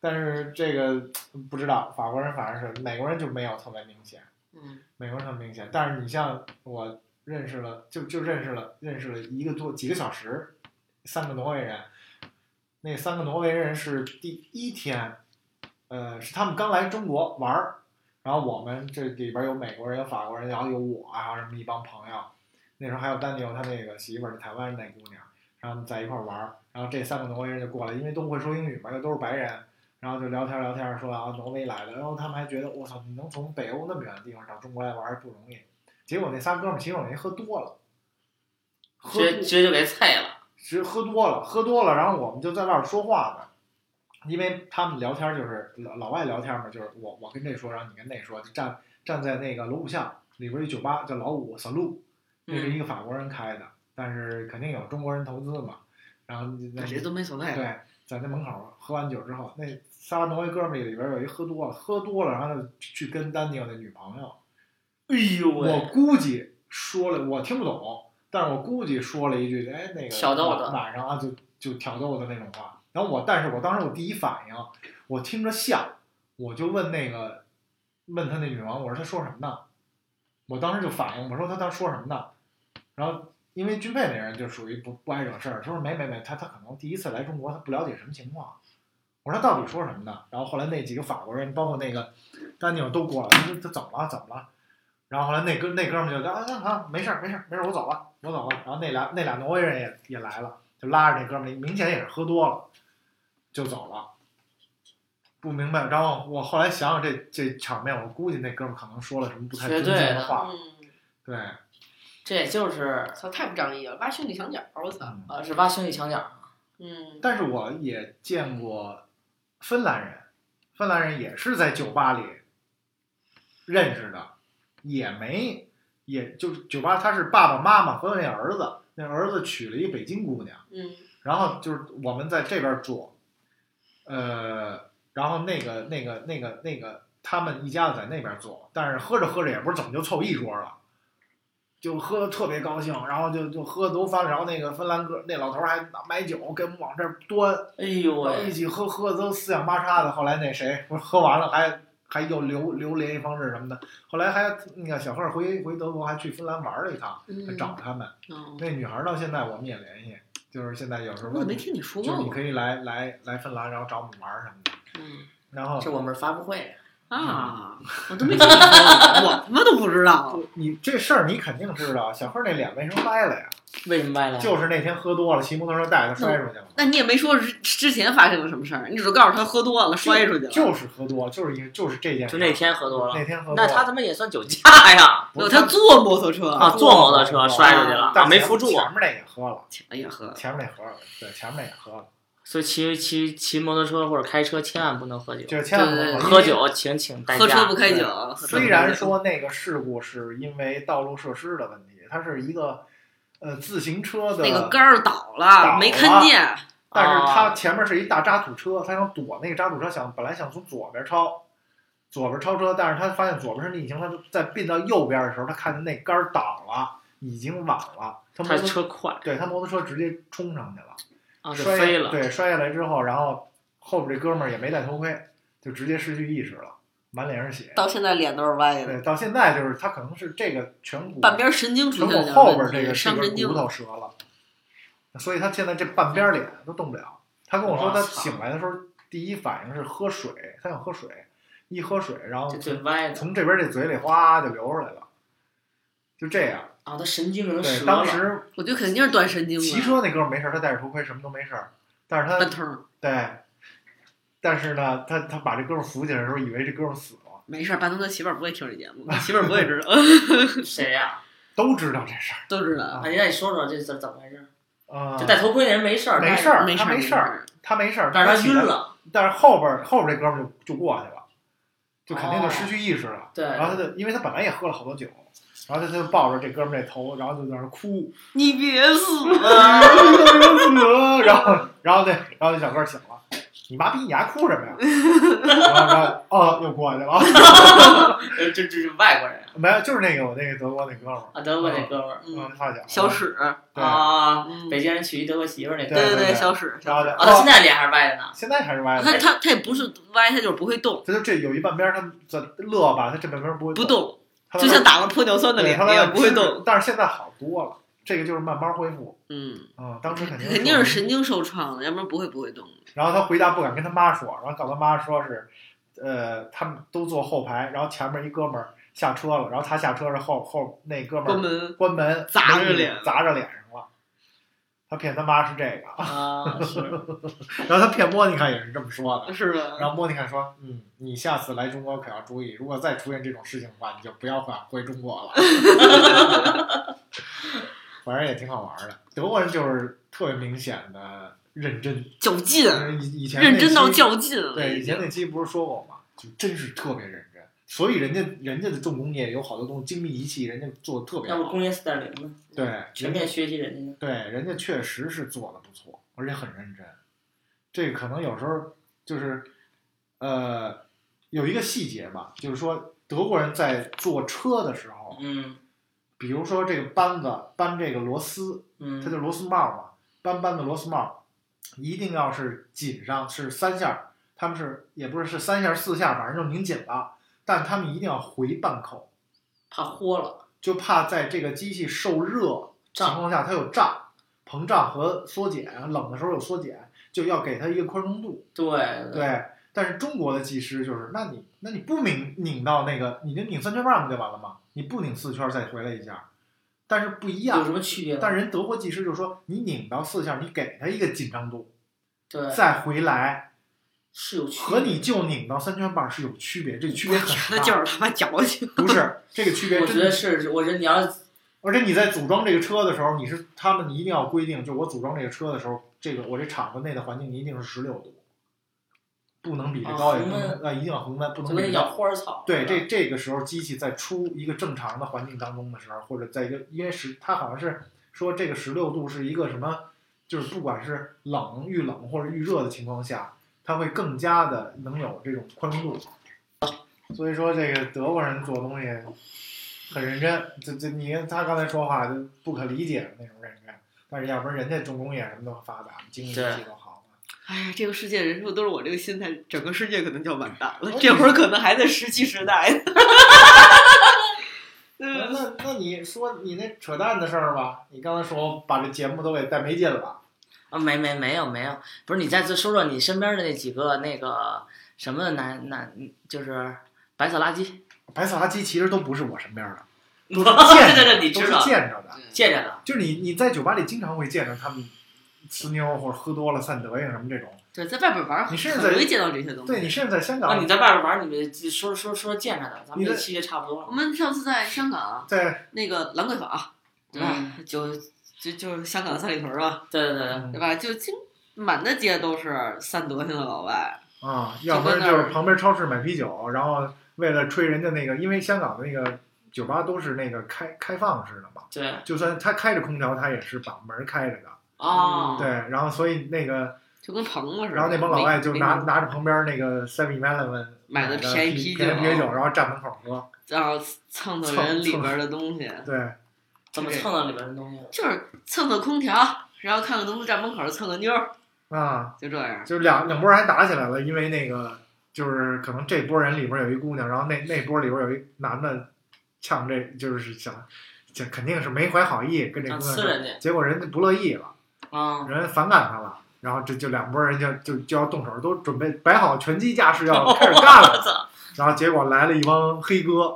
S2: 但是这个不知道，法国人反正是美国人就没有特别明显，
S3: 嗯
S2: 美国人很明显。但是你像我认识了，就就认识了，认识了一个多几个小时，三个挪威人。那三个挪威人是第一天，呃，是他们刚来中国玩儿，然然后我们这里边有美国人、有法国人，然后有我，还有什么一帮朋友。那时候还有丹尼尔他那个媳妇儿，台湾那姑娘，然后在一块儿玩儿。然后这三个挪威人就过来，因为都不会说英语嘛，又都是白人，然后就聊天聊天，说啊挪威来的。然后他们还觉得我操，你能从北欧那么远的地方到中国来玩儿不容易。结果那仨哥们儿其中有一喝多了，
S4: 直接
S2: 喝多
S4: 直接就给菜了。
S2: 是喝多了，喝多了，然后我们就在外边说话呢，因为他们聊天就是老老外聊天嘛，就是我我跟这说，然后你跟那说，就站站在那个罗布巷里边一酒吧叫老五 Salou，那
S1: 嗯
S2: 是
S4: 嗯
S2: 一个法国人开的，但是肯定有中国人投资嘛，然后就在
S3: 谁都没所谓。
S2: 对，在那门口喝完酒之后，那仨挪威哥们儿里边有一喝多了，喝多了，然后他就去跟丹尼尔的女朋友，
S1: 哎呦
S2: 我
S1: 喂，
S2: 估计说了，我听不懂，但是我估计说了一句，哎，那个
S4: 挑逗的
S2: 晚晚上啊，就就挑逗的那种话。然后我，但是我当时我第一反应，我听着像，我就问那个，问他那女王，我说他说什么呢？我当时就反应，我说他他说什么呢？然后因为军配那人就属于不不爱惹事儿，他说没没没，他他可能第一次来中国，他不了解什么情况。我说他到底说什么呢？然后后来那几个法国人，包括那个丹尼尔都过来，他说他怎么了？怎么了？然后后来那哥那哥们就啊啊啊，没事儿没事儿没事儿，我走了我走了。然后那俩那俩挪威人也也来了，就拉着那哥们儿，明显也是喝多了，就走了。不明白，然后我后来想想这这场面，我估计那哥们儿可能说了什么不太
S4: 绝
S2: 尊
S4: 对
S2: 敬的
S4: 的
S2: 话，
S3: 嗯，
S2: 对，
S4: 这也就是
S3: 操，太不仗义了，挖兄弟墙角，我操。
S2: 嗯
S4: 呃是挖兄弟墙角，
S3: 嗯，
S2: 但是我也见过芬兰人，芬兰人也是在酒吧里认识的，也没也就是酒吧，他是爸爸妈妈和那儿子，那儿子娶了一北京姑娘，
S3: 嗯
S2: 然后就是我们在这边住，呃，然后那个那个那个那个他们一家子在那边住，但是喝着喝着也不是怎么就凑一桌了。就喝的特别高兴，然后就就喝得都翻了，然后那个芬兰哥那老头儿还拿买酒给我们往这儿端，
S4: 哎呦
S2: 我一
S4: 喂，
S2: 起喝喝都四仰八叉的。后来那谁不是喝完了还还又留留联系方式什么的。后来还那个小贺回回德国还去芬兰玩了一趟，还
S3: 嗯，
S2: 找他们。
S3: 嗯，
S2: 那女孩到现在我们也联系，就是现在有时候
S3: 哦我怎么没听你说
S2: 就
S3: 过
S2: 是你
S3: 呢？
S2: 可以来来来芬兰，然后找我们玩什么的。
S3: 嗯
S2: 然后
S4: 这我们是发布会，
S2: 嗯
S3: 啊，我都没听你说过，我他妈都不知道。
S2: 你这事儿你肯定知道，小贺那脸为什么歪了呀？
S4: 为什么
S3: 嗯
S4: 歪了？
S2: 就是那天喝多了，骑摩托车带他摔出去了。
S3: 那你也没说之之前发生了什么事儿，你只是告诉他喝多了摔出去了。
S2: 就是喝多了，就是因为就是这件
S1: 就
S2: 事儿。
S1: 那天喝多了，
S2: 那天喝多了，
S4: 那他他妈也算酒驾呀？
S2: 不
S3: 没有
S2: 是
S3: 他坐摩托车，
S1: 啊，坐摩托车摔出去了，
S2: 但
S1: 啊
S2: 是
S1: 没扶住，
S2: 前面那也喝了。
S3: 前也哎喝。
S2: 前面也喝了，对，前面也喝了，
S1: 所以骑骑骑摩托车或者开车千万不能喝酒，
S2: 就是千万不
S3: 对
S2: 能
S3: 对
S1: 喝。酒请请代驾。
S3: 喝车不开
S2: 对
S3: 酒，喝车不
S2: 虽
S3: 开
S2: 然
S3: 酒
S2: 说那个事故是因为道路设施的问题，它是一个呃自行车的
S3: 那个杆儿倒
S2: 倒
S3: 了，
S2: 了
S3: 没看见，
S2: 但是它
S1: 啊
S2: 前面是一大渣土车，它想躲那个渣土车，想本来想从左边超，左边超车，但是他发现左边是逆行，他就在并到右边的时候，他看见那杆儿倒了，已经晚了，他摩
S1: 他
S2: 托
S1: 车快
S2: 对他摩托车直接冲上去了。
S1: 啊，就
S2: 摔下
S1: 飞了。
S2: 对，摔下来之后，然后后边这哥们儿也没戴头盔，就直接失去意识了，满脸是血。
S3: 到现在脸都是歪的，
S2: 对，到现在就是他可能是这个颧骨
S3: 半边神经出
S2: 颧
S3: 现了
S2: 骨
S3: 点
S2: 后边
S3: 问
S2: 这
S3: 题
S2: 个这
S3: 伤神
S2: 根
S3: 经
S2: 骨。头折了，所以他现在这半边脸都动不了。他跟我说，
S1: 哇
S2: 他
S1: 操
S2: 醒来的时候第一反应是喝水，他想喝水，一喝水，然后
S4: 这嘴歪的
S2: 从这边这嘴里哗就流出来了，就这样。
S4: 啊，他神经可能折
S2: 对，
S4: 了。
S2: 当时
S3: 我觉得肯定是断神经了。
S2: 骑车那哥们儿没事儿，他戴着头盔什么都没事儿，但是他
S3: 半通，
S2: 对，但是呢，他他把这哥们儿扶起来的时候，以为这哥们儿死了，
S3: 没事儿，半通他媳妇儿不会听这节目，他媳妇儿不会知道，
S4: 谁呀？
S2: 都知道这事儿
S3: 都知道。
S4: 啊，你让你说说这是怎么回事？
S2: 啊、
S4: 就戴头盔那人没事儿，
S2: 没
S4: 但是
S2: 事儿，
S3: 没事
S2: 他
S3: 儿
S2: 没
S3: 没
S2: 事
S3: 事
S2: 儿
S3: 儿，
S2: 呃他没事儿，
S4: 但是他
S2: 起
S4: 晕
S2: 来，
S4: 了。
S2: 但是后边儿后边儿这哥们儿就就过去了，就肯定就
S4: 哦
S2: 失去意识了。
S4: 对，
S2: 然后他就因为他本来也喝了好多酒，然后他他就抱着这哥们儿这头，然后就在那儿哭，
S3: 你别死
S2: 啊
S3: 啊！
S2: 然后然后那然后那小哥儿醒了，你妈逼你还哭什么呀？然后然后哦又过去了，
S4: 呃这这这是外国人
S2: 没有就是那个我那个德国那哥们儿，
S4: 啊，德国那哥们儿
S2: 嗯
S3: 嗯，
S2: 发小，
S3: 小史，
S2: 对
S4: 啊，
S3: 嗯
S4: 北京人娶一德国媳妇儿那哥们
S3: 对
S4: 儿
S2: 哦对对
S3: 对，小史，
S2: 嗯然
S3: 小
S2: 后
S3: 史
S2: 呢
S4: 啊，他现在脸还是歪的呢。
S2: 现在还是歪
S3: 他
S2: 的。
S3: 他他也不是歪，他就是不会动，
S2: 他就这有一半边儿，他在乐吧，他这半边儿不会
S3: 不，动，
S2: 他
S3: 就像打了玻尿酸的
S2: 对
S3: 脸
S2: 他在
S3: 一样，
S2: 那
S3: 不会
S2: 吃
S3: 动。
S2: 但是现在好多了，这个就是慢慢恢复。
S3: 嗯，
S2: 嗯，当时肯定
S3: 肯定是
S2: 是。嗯
S3: 神经受创了，要不然不会不会动。
S2: 然后他回家不敢跟他妈说，然后告诉他妈说是，呃，他们都坐后排，然后前面一哥们儿下车了，然后他下车是后后那哥们
S3: 关
S2: 儿
S3: 门
S2: 关门
S3: 砸着
S2: 门一
S3: 脸
S2: 拧砸着脸上了。他骗他妈是这个，
S4: 啊，是，
S2: 然后他骗莫妮卡也是这么说的。
S3: 是吧？
S2: 然后莫妮卡说：“嗯，你下次来中国可要注意，如果再出现这种事情的话，你就不要返回中国了。” 反正也挺好玩儿的。德国人就是特别明显的认真，
S3: 较劲，
S2: 以以前那
S3: 认真到
S2: 期
S3: 较劲了。
S2: 对，
S3: 已
S2: 以前
S3: 经
S2: 那期不是说过吗？就真是特别认真，所以人家人家的重工业有好多东西，精密仪器人家做的特别
S4: 要不
S2: 好，
S4: 工业四点零呢？
S2: 对，
S4: 全面学习人家。
S2: 对，人家确实是做的不错，而且很认真。这可能有时候就是，呃，有一个细节吧，就是说德国人在做车的时候，
S4: 嗯
S2: 比如说这个扳子扳这个螺丝，
S4: 嗯，
S2: 它叫螺丝帽嘛，扳扳的螺丝帽，一定要是紧上是三下儿，他们是也不是是三下儿四下儿，反正就拧紧了，但他们一定要回半口，
S4: 怕豁了，
S2: 就怕在这个机器受热情
S4: 胀
S2: 况下它有胀、膨胀和缩减，冷的时候有缩减，就要给它一个宽容度。
S4: 对
S2: 对，但是中国的技师就是，那你那你不拧拧到那个，你就拧三圈半不就完了吗？你不拧四圈儿再回来一下儿，但是不一样
S4: 有什。么区别吗？
S2: 但是人德国技师就说，你拧到四下儿，你给他一个紧张度，
S4: 对
S2: 再回来
S4: 是有区别
S2: 和你就拧到三圈半是有区别，这个区别很
S3: 那
S2: 大。
S3: 就是他妈矫情。
S2: 不是这个区别
S4: 我
S2: 真
S4: 觉
S2: 的
S4: 得
S2: 是，
S4: 是，我觉得你要是
S2: 而且你在组装这个车的时候，你是他们你一定要规定，就我组装这个车的时候，这个我这厂子内的环境一定是十六度，不能比这高，
S4: 啊
S2: 也不
S4: 恒
S2: 能呃一定要恒温，不
S4: 就
S2: 能
S4: 跟
S2: 比
S4: 那
S2: 这
S4: 养
S2: 高。
S4: 花草似的。
S2: 对，这这个时候机器在出一个正常的环境当中的时候，或者在一个因为十，它好像是说这个十六度是一个什么，就是不管是冷遇冷或者遇热的情况下，它会更加的能有这种宽容度。所以说这个德国人做东西很认真，这这你看他刚才说话就不可理解的那种认真，但是要不然人家重工业什么都发达，精密仪器都好嘛。
S3: 哎呀，这个世界人数都是我这个心态，整个世界可能就完蛋了
S2: 我。
S3: 这会儿可能还在石器时代呢。对吧
S2: 那那你说你那扯淡的事儿吧，你刚才说把这节目都给带没劲了。
S4: 啊，没没没有没有，不是你再说说你身边的那几个那个什么男男，就是白色垃圾，
S2: 白色垃圾其实都不是我身边的，
S4: 对
S1: 哦
S2: 见
S4: 对
S2: 着
S4: 对，
S2: 的
S4: 你知
S2: 都
S4: 道
S2: 是，见着的，
S4: 见着了，
S2: 就是你你在酒吧里经常会见着他们呲妞或者喝多了散德性什么这种。
S3: 对，在外边玩儿，
S2: 你是
S3: 很
S2: 在
S3: 容易见到这些东西。
S2: 对你甚至在香
S4: 啊，
S1: 哦
S2: 港
S4: 你，在外边玩，你们说说说见着的，咱
S2: 你
S4: 们这
S2: 在
S4: 期也差不多
S3: 我
S4: 了，
S3: 们上次在香港
S2: 在
S3: 那个兰桂坊，对吧？
S4: 嗯
S3: 就就就是香港三里屯儿嘛，
S4: 对对对
S3: 对
S2: 嗯
S3: 吧？就经满大街都是散德性的老外，
S2: 啊，要不然就是旁边超市买啤酒，然后为了吹人家那个，因为香港的那个酒吧都是那个开开放式的嘛，
S4: 对对
S2: 就算他开着空调，他也是把门开着的。
S3: 哦
S4: 啊，
S2: 对，然后所以那个，
S3: 嗯就跟棚子似的。
S2: 然后那帮老外就
S3: 没
S2: 拿
S3: 没
S2: 拿着旁边那个 Seven Eleven
S3: 买的
S2: 便
S3: 便宜啤酒
S2: 便宜啤酒，然后站门口喝。
S3: 然后蹭蹭人里边儿的东西，
S2: 对，
S4: 怎么蹭到里边的东西了？
S3: 就是蹭蹭空调，然后看看能不能站门口儿蹭个妞儿，
S2: 啊，
S3: 就这样。
S2: 就是两两拨人还打起来了，因为那个就是可能这拨人里边有一姑娘，然后那那拨里边有一男的呛这，就是想，这肯定是没怀好意跟这
S4: 想
S2: 姑娘
S4: 呲
S2: 说，
S4: 人家
S2: 结果人家不乐意了，
S4: 啊，
S2: 人家反感他了，然后这就两拨人就就就要动手，都准备摆好拳击架 势要开始干
S4: 我
S2: 了，
S4: 操，
S2: 然后结果来了一帮黑哥，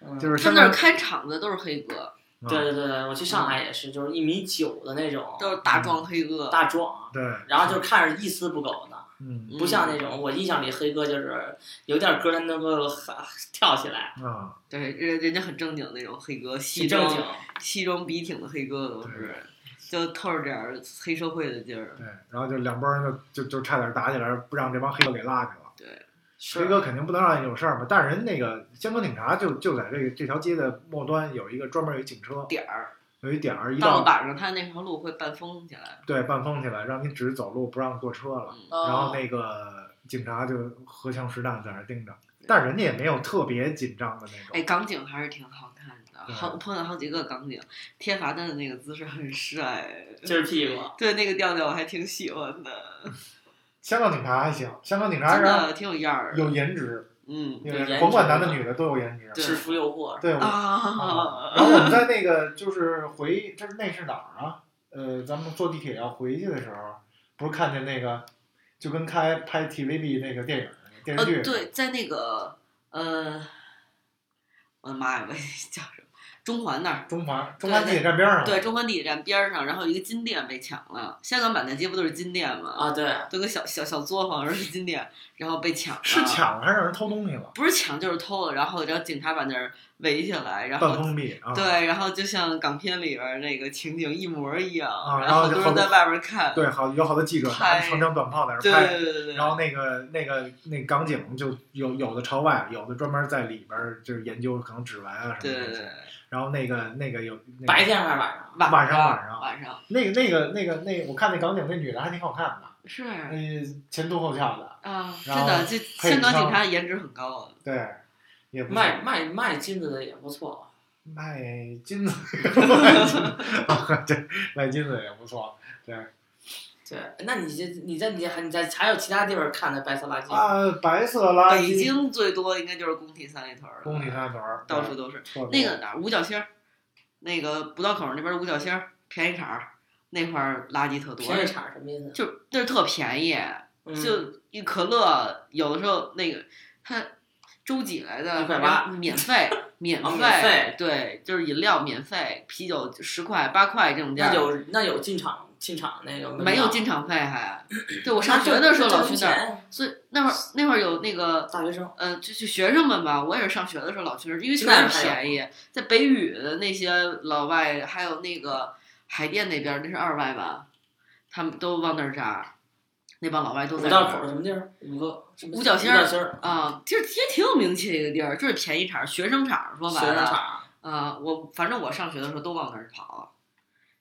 S2: 啊
S4: 嗯
S2: 就是
S3: 他
S2: 相
S3: 那
S2: 当
S3: 儿
S2: 于
S3: 开场子都是黑哥，
S4: 对对对对，我去上海也是，就是一米九的那种
S3: 都是大壮黑哥，
S4: 大壮，
S2: 对，
S4: 然后就看着一丝不苟的。
S2: 嗯
S3: 嗯
S4: 不像那种我印象里黑哥就是有点歌他能够哈跳起来，
S2: 啊，
S3: 对人人家很正经那种黑哥，西
S4: 挺正经
S3: 装。西装笔挺的黑哥都是，就透着点儿黑社会的劲儿。
S2: 对，然后就两拨人就就就差点打起来，不让这帮黑哥给拉去了。锤哥
S4: 是
S2: 肯定不能让你有事儿嘛，但是人那个香港警察就就在这个这条街的末端有一个专门有一警车，
S3: 点儿
S2: 有一点儿一
S3: 到
S2: 到
S3: 了晚上，他那条路会半封起来。
S2: 对半封起来，让你只走路不让坐车了。
S3: 嗯，
S4: 哦
S2: 然后那个警察就荷枪实弹在那儿盯着，但是人家也没有特别紧张的那
S3: 哎，
S2: 种。
S3: 港警还是挺好看的，
S2: 对
S3: 好碰到好几个港警，贴罚单的那个姿势很帅，
S4: 就是屁股，
S3: 对那个调调我还挺喜欢的，
S2: 香港警察还行，香港警察
S3: 真
S2: 是
S3: 的挺有样儿的。
S2: 有颜值，
S3: 嗯
S2: 有
S4: 有颜值
S2: 甭管男的女的都有颜值。
S3: 对
S4: 制服诱惑，
S2: 对，我啊然
S3: 啊，
S2: 后我们在那个就是回这那是哪儿啊？呃，咱们坐地铁要回去的时候，不是看见那个就跟开拍 TVB 那个电影儿电视
S3: 呃，
S2: 剧，
S3: 对，在那个呃，我的妈呀，我 叫什么？中环那儿，
S2: 中环中环地铁站边上，
S3: 对，中环地铁站边儿上，然后有一个金店被抢了。香港满大街不都是金店吗？
S1: 啊，对，
S3: 都跟小小小作坊似的金店，然后被抢了。
S2: 是抢了还是让人偷东西了？
S3: 不是抢就是偷了，然后然后警察把那儿围起来，然
S2: 半
S3: 后
S2: 封闭啊，
S3: 对，然后就像港片里边儿那个情景一模一样，
S2: 啊然
S3: 然
S2: 后
S3: 后
S2: 就
S3: 都
S2: 好
S3: 是
S2: 多
S3: 在外边看，
S2: 对，好有好多记者拿
S3: 拍
S2: 着长枪短炮在那
S3: 对
S2: 儿拍，
S3: 对对对对，
S2: 然后那个那个那港警就有有的朝外，有的专门在里边儿就是研究可能指纹啊什
S3: 对
S2: 么
S3: 对
S2: 东西
S3: 对，
S2: 然后那个那个有、那个、
S1: 白天还是晚上？
S3: 晚
S2: 晚上
S3: 上
S2: 晚上
S3: 晚上
S2: 那个那个那个那我看那港警那女的还挺好看的，
S3: 是
S2: 呃，前凸后翘的，
S3: 啊，真
S2: 嗯然后
S3: 的，这
S2: 配
S3: 香港
S2: 上
S3: 警察颜值很高啊，
S2: 对，也不错
S1: 卖卖卖金子的也不错，啊
S2: 卖金子，对，卖金子也不错，对
S1: 对。那你这你在你还你在还有其他地方看的白色垃圾？
S2: 啊，白色垃圾，
S3: 北京最多应该就是工体三里屯儿了，
S2: 工体三里屯儿
S3: 到处都是
S2: 对特别
S1: 嗯
S3: 那个哪儿五角星儿，那个五道口儿那边儿五角星儿便宜场儿那块儿垃圾特多，
S1: 便宜场什么意思？
S3: 就那儿特便宜，
S1: 嗯
S3: 就一可乐，有的时候那个他周几来的，
S1: 180
S3: 然后 免费，免
S1: 哦
S3: 费，
S1: 免费
S3: 对，就是饮料免费，啤酒十块八块这种店
S1: 那
S3: 儿，
S1: 有那有进场进场那个门票
S3: 没有进场 费还。对我上学的时候老去那儿，
S1: 儿，
S3: 所以那会儿那会儿有那个。
S1: 大学生
S3: 呃，就就学生们吧，我也是上学的时候老去那儿，因为确
S1: 那
S3: 实
S1: 还有
S3: 便宜。在北语的那些老外，还有那个海淀那边儿，那是二外吧，他们都往那儿扎，那帮老外都在
S1: 五
S3: 那
S1: 道
S3: 儿
S1: 口什么地儿？五个什么
S3: 五角星
S1: 五
S3: 儿
S1: 角星儿，
S3: 啊，其实也挺有名气的一个地儿，就是便宜场儿、学生场儿。说白
S1: 学生
S3: 了，
S1: 场。
S3: 啊，我反正我上学的时候都往那儿跑。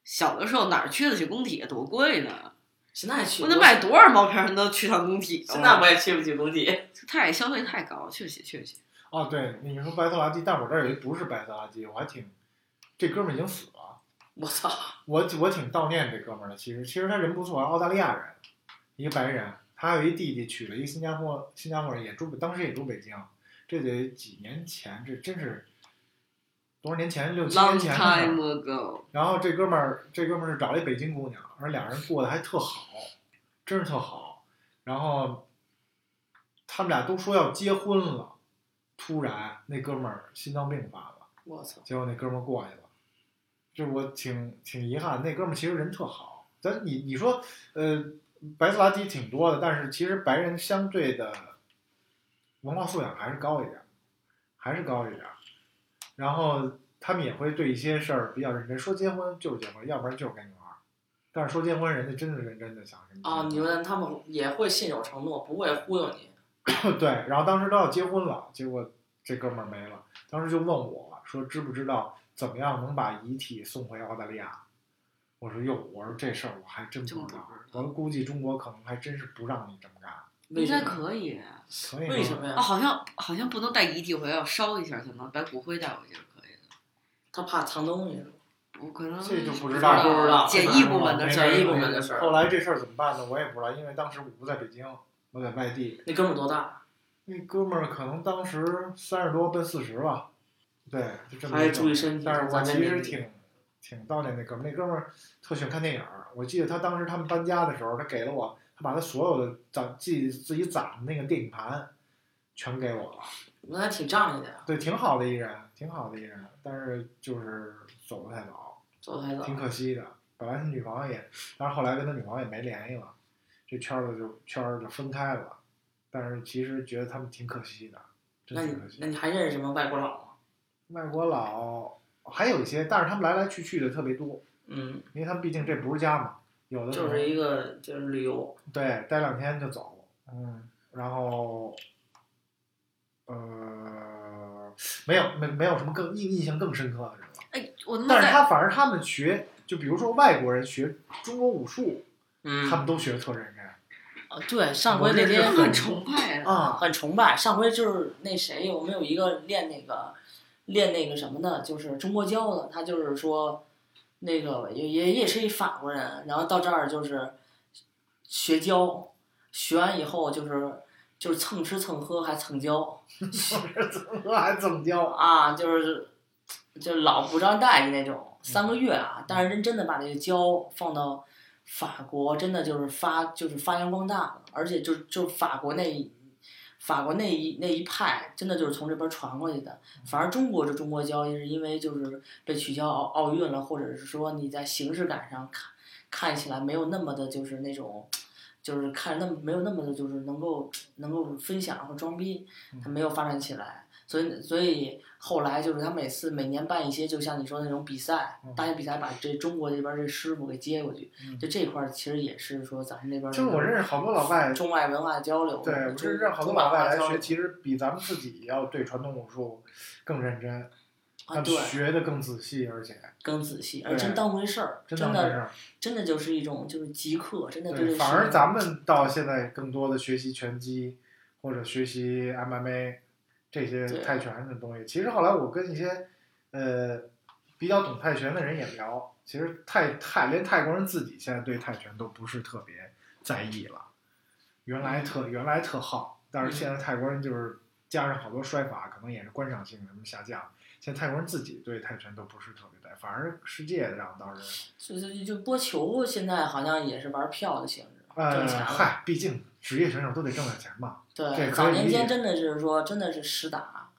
S3: 小的时候哪儿去得起工体，啊多贵呢！
S1: 现在去
S3: 我得买多少毛片儿才能去趟工体？
S1: 现在我也去不起工 体。
S3: 太消费太高，确实确实。
S2: 哦，对，你说白色垃圾，但我这儿有一不是白色垃圾，我还挺，这哥们儿已经死了，
S1: 我操！
S2: 我我挺悼念这哥们儿的。其实其实他人不错，澳大利亚人，一个白人，他有一弟弟娶了一个新加坡新加坡人，也住当时也住北京，这得几年前，这真是多少年前，六七
S3: Long
S2: 年前的事儿
S3: time ago，
S2: 然后这哥们儿，这哥们儿是找了一北京姑娘，而俩人过得还特好，真是特好。然后他们俩都说要结婚了，突然那哥们儿心脏病发了，
S1: 我操！
S2: 结果那哥们儿过去了，这我挺挺遗憾。那哥们儿其实人特好，咱你你说，呃，白色垃圾挺多的，但是其实白人相对的文化素养还是高一点儿，还是高一点儿。然后他们也会对一些事儿比较认真，说结婚就是结婚，要不然就是跟你玩儿。但是说结婚，人家真的认真的想跟你
S1: 啊，你
S2: 玩儿
S1: 们他们也会信守承诺，不会忽悠你。
S2: 对，然后当时都要结婚了，结果这哥们儿没了。当时就问我说，知不知道怎么样能把遗体送回澳大利亚？我说哟，我说这事儿我还真
S3: 真
S2: 不
S3: 不
S2: 知
S3: 知
S2: 道
S3: 道。
S2: 我说估计中国可能还真是不让你这么干。
S3: 应
S1: 为
S3: 该
S1: 什么
S3: 可以。
S2: 所以
S1: 为
S2: 呢
S1: 什么
S3: 啊，
S1: 呀？
S3: 好像好像不能带遗体回来，要烧一下才能，把骨灰带回去是可以的。
S1: 他怕藏东西。
S3: 我可能
S2: 这就不知
S1: 道
S2: 道，
S1: 不知道
S3: 简易部门的事儿，
S1: 简易部门的事儿
S2: 后来这事儿怎么办呢？我也不知道，因为当时我不在北京，我在外地。
S1: 那哥们儿多大？
S2: 那哥们儿可能当时三十多奔四十吧，对，就这么一
S1: 还
S2: 个
S1: 注意身体
S2: 但是我
S1: 咱
S2: 其
S1: 这
S2: 实
S1: 个
S2: 挺挺悼念那哥们儿，那哥们儿特喜欢看电影儿。我记得他当时他们搬家的时候，他给了我，他把他所有的攒自己自己攒的那个电影盘全给我了。
S1: 那还挺仗义的呀，
S2: 对，挺好的一人，挺好的一人，但是就是走的太早，
S1: 走太早
S2: 挺。可惜的。本来他女朋友也，但是后来跟他女朋友也没联系了，这圈儿子就圈儿就分开了。但是其实觉得他们挺可惜的，真
S1: 那你
S2: 挺可惜
S1: 那。你还认识什么外国佬吗？
S2: 外国佬还有一些，但是他们来来去去的特别多，
S1: 嗯，
S2: 因为他们毕竟这不是家嘛，有的可
S1: 就
S2: 能
S1: 是一个就是旅游，
S2: 对待两天就走，嗯，然后呃没有没没有什么更印印象更深刻的人了，
S3: 哎，我他妈
S2: 但是
S3: 在
S2: 他反而他们学，就比如说外国人学中国武术，
S1: 嗯
S2: 他们都学的特认真
S1: 啊对，上回
S2: 我
S1: 那
S2: 认识
S1: 天
S2: 很
S3: 很崇 拜的，
S2: 啊，
S1: 很崇拜。上回就是那谁有没有一个练那个练那个什么的，就是中国教的，他就是说那个也也也是一法国人，然后到这儿就是学教，学完以后就是就是蹭吃蹭喝还蹭教
S2: 还怎么教？
S1: 啊，就是就是老不让带的那种，三个月啊，但是人真的把那个教放到。法国真的就是发就是发扬光大了，而且就就法国那法国那一那一派真的就是从这边传过去的，反而中国这中国交易是因为就是被取消奥奥运了，或者是说你在形式感上看看起来没有那么的，就是那种，就是看着那么没有那么的，就是能够能够分享和装逼，
S2: 嗯
S1: 它没有发展起来。所以所以后来就是他每次每年办一些，就像你说的那种比赛
S2: 嗯，
S1: 大型比赛把这中国这边这师傅给接过去，
S2: 嗯
S1: 就这块儿其实也是说咱们这边儿
S2: 就是我认识好多老外，
S1: 中外文化交流，
S2: 对我
S1: 中
S2: 认识好多
S1: 中
S2: 老
S1: 外文化
S2: 外来
S1: 交
S2: 学，
S1: 流
S2: 其实比咱们自己要对传统武术更认真，他
S1: 啊，
S2: 们
S1: 对，
S2: 学的更仔细，而且
S1: 更仔细，
S2: 对
S1: 而真当回事儿，
S2: 真
S1: 真
S2: 当回事
S1: 的
S2: 儿。
S1: 真的就是一种就是极客，真的
S2: 对，
S1: 这
S2: 反而
S1: 事
S2: 咱们到现在更多的学习拳击或者学习 MMA 这些
S1: 对
S2: 泰拳的东西。其实后来我跟一些呃比较懂泰拳的人也聊，其实泰泰连泰国人自己现在对泰拳都不是特别在意了。原来特原来特好，但是现
S1: 嗯
S2: 在泰国人就是加上好多摔法，可能也是观赏性什么下降。现在泰国人自己对泰拳都不是特别在意，反而世界上倒是，
S1: 就就就播球，现在好像也是玩票的性质，
S2: 呃，
S1: 挣钱了。
S2: 嗨，毕竟职业选手都得挣点钱嘛。这
S1: 对，
S2: 可
S1: 早
S2: 以
S1: 年
S2: 理
S1: 间
S2: 解
S1: 真的是说，真的是实打，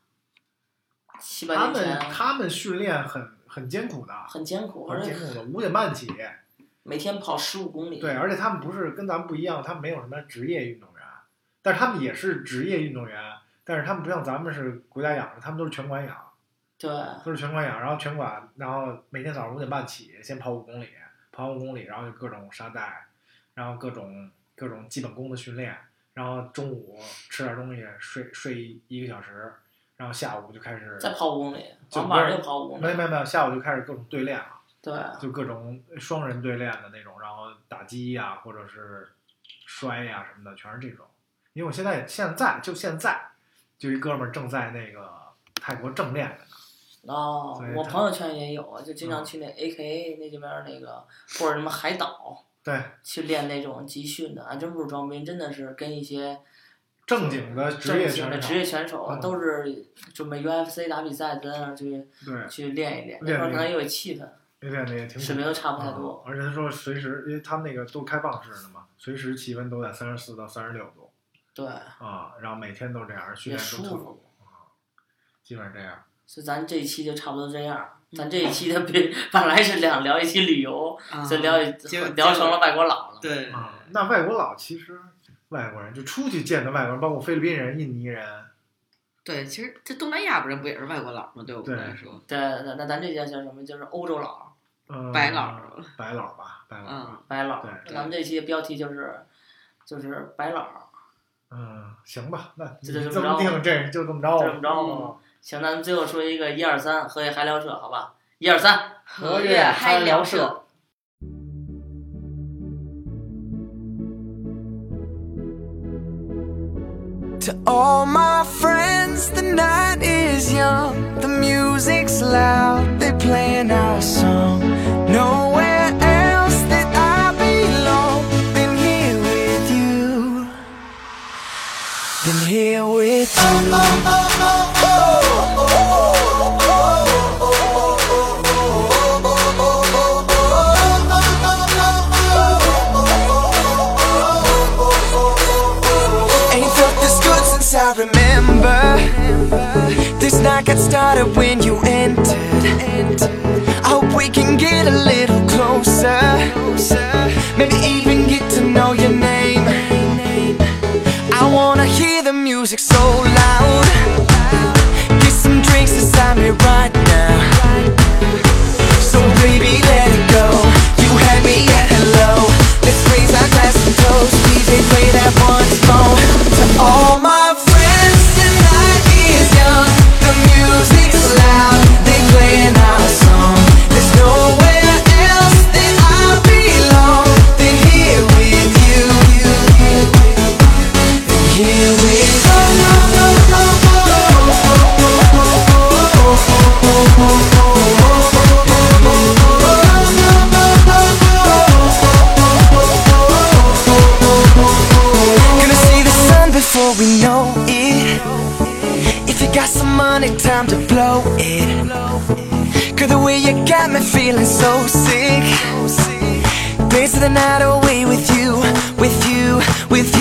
S1: 七八
S2: 他
S1: 年前
S2: 们他们训练很很艰苦的，
S1: 很艰苦，
S2: 很
S1: 而
S2: 艰
S1: 且
S2: 苦的，五点半起。
S1: 每天跑十五公里。
S2: 对，而且他们不是跟咱们不一样，他们没有什么职业运动员，但是他们也是职业运动员，但是他们不像咱们是国家养的，他们都是拳馆养，
S1: 对
S2: 都是拳馆养，然后拳馆，然后每天早上五点半起，先跑五公里，跑完五公里，然后就各种沙袋，然后各种各种基本功的训练，然后中午吃点东西，睡睡一个小时，然后下午就开始，
S1: 再跑五公里，
S2: 就
S1: 往
S2: 不
S1: 晚
S2: 是
S1: 上又跑五公
S2: 没
S1: 里。
S2: 没没有，下午就开始各种对练了。
S1: 对，
S2: 就各种双人对练的那种，然后打击呀、或者是摔呀、什么的，全是这种。因为我现在现在就现在，就一哥们儿正在那个泰国正练着呢。
S1: 哦
S2: 所以，
S1: 我
S2: 他
S1: 朋友圈也有，啊就经
S2: 嗯
S1: 常去那 A K A 那这边儿那个或者什么海岛
S2: 对，
S1: 去练那种集训的，啊，真不是装逼，真的是跟一些
S2: 正经的职业
S1: 正经的
S2: 选手
S1: 职，业选手
S2: 嗯
S1: 都是准备 U F C 打比赛，在那儿去
S2: 对，
S1: 去练一练，那
S2: 练
S1: 边儿可
S2: 那
S1: 能也有气氛，
S2: 练的也挺
S1: 水平都差不太
S2: 嗯
S1: 多。
S2: 而且他说随时，因为他们那个都开放式的嘛，随时气温都在三十四到三十六度
S1: 对，
S2: 啊、然后每天都这样，训
S1: 也
S2: 练都
S1: 舒
S2: 特
S1: 服。
S2: 基本上这样。
S1: 所以咱这一期就差不多这样儿。
S2: 嗯
S1: 咱这一期的别本来是想聊一期旅游，
S2: 嗯
S1: 就聊一
S3: 结果
S1: 聊成了嗯外国佬了。
S3: 嗯对，
S2: 啊，那外国佬其实外国人就出去见的外国人，包括菲律宾人、印尼人，
S3: 对，其实这东南亚不人不也是外国佬吗？对我
S2: 对
S3: 们来说，
S1: 对，那那咱这叫叫什么？就是欧洲佬、
S2: 嗯，
S3: 白佬，
S2: 白佬吧，白佬吧，
S3: 嗯，
S1: 白佬。
S2: 对
S1: 那咱们这期的标题就是就是白佬。
S2: 嗯，行吧，那你
S1: 这就
S2: 这
S1: 这
S2: 么
S1: 么着
S2: 定，这就这么着
S1: 就
S2: 吧，
S1: 这么着
S2: 嗯
S1: 吧行，咱们最后说一个一二三，荷叶还聊社，好吧？一二三。
S2: 和
S3: 月
S2: 嗨
S3: 嗨
S2: 聊
S3: 聊
S2: 社
S3: 社。
S5: To all my friends, the night is young. The music's loud, they're playing our song. Nowhere else that I belong than here with you. Than here with you. Ain't felt this good since I remember. This night got started when you entered. I hope we can get a little closer. Maybe even get to know your name. I wanna hear the music so loud. Get some drinks inside me right now. So baby, let it go. You had me at hello. Let's raise our glass and toast. DJ, play that once more. To all my friends, tonight is young. The music's loud. They playing our song. There's nowhere else that I belong than here with you. Here with Gonna see the sun before we know it. If you got some money, time to blow it. Girl, the way you got me feeling so sick. Dancing the night away with you, with you, with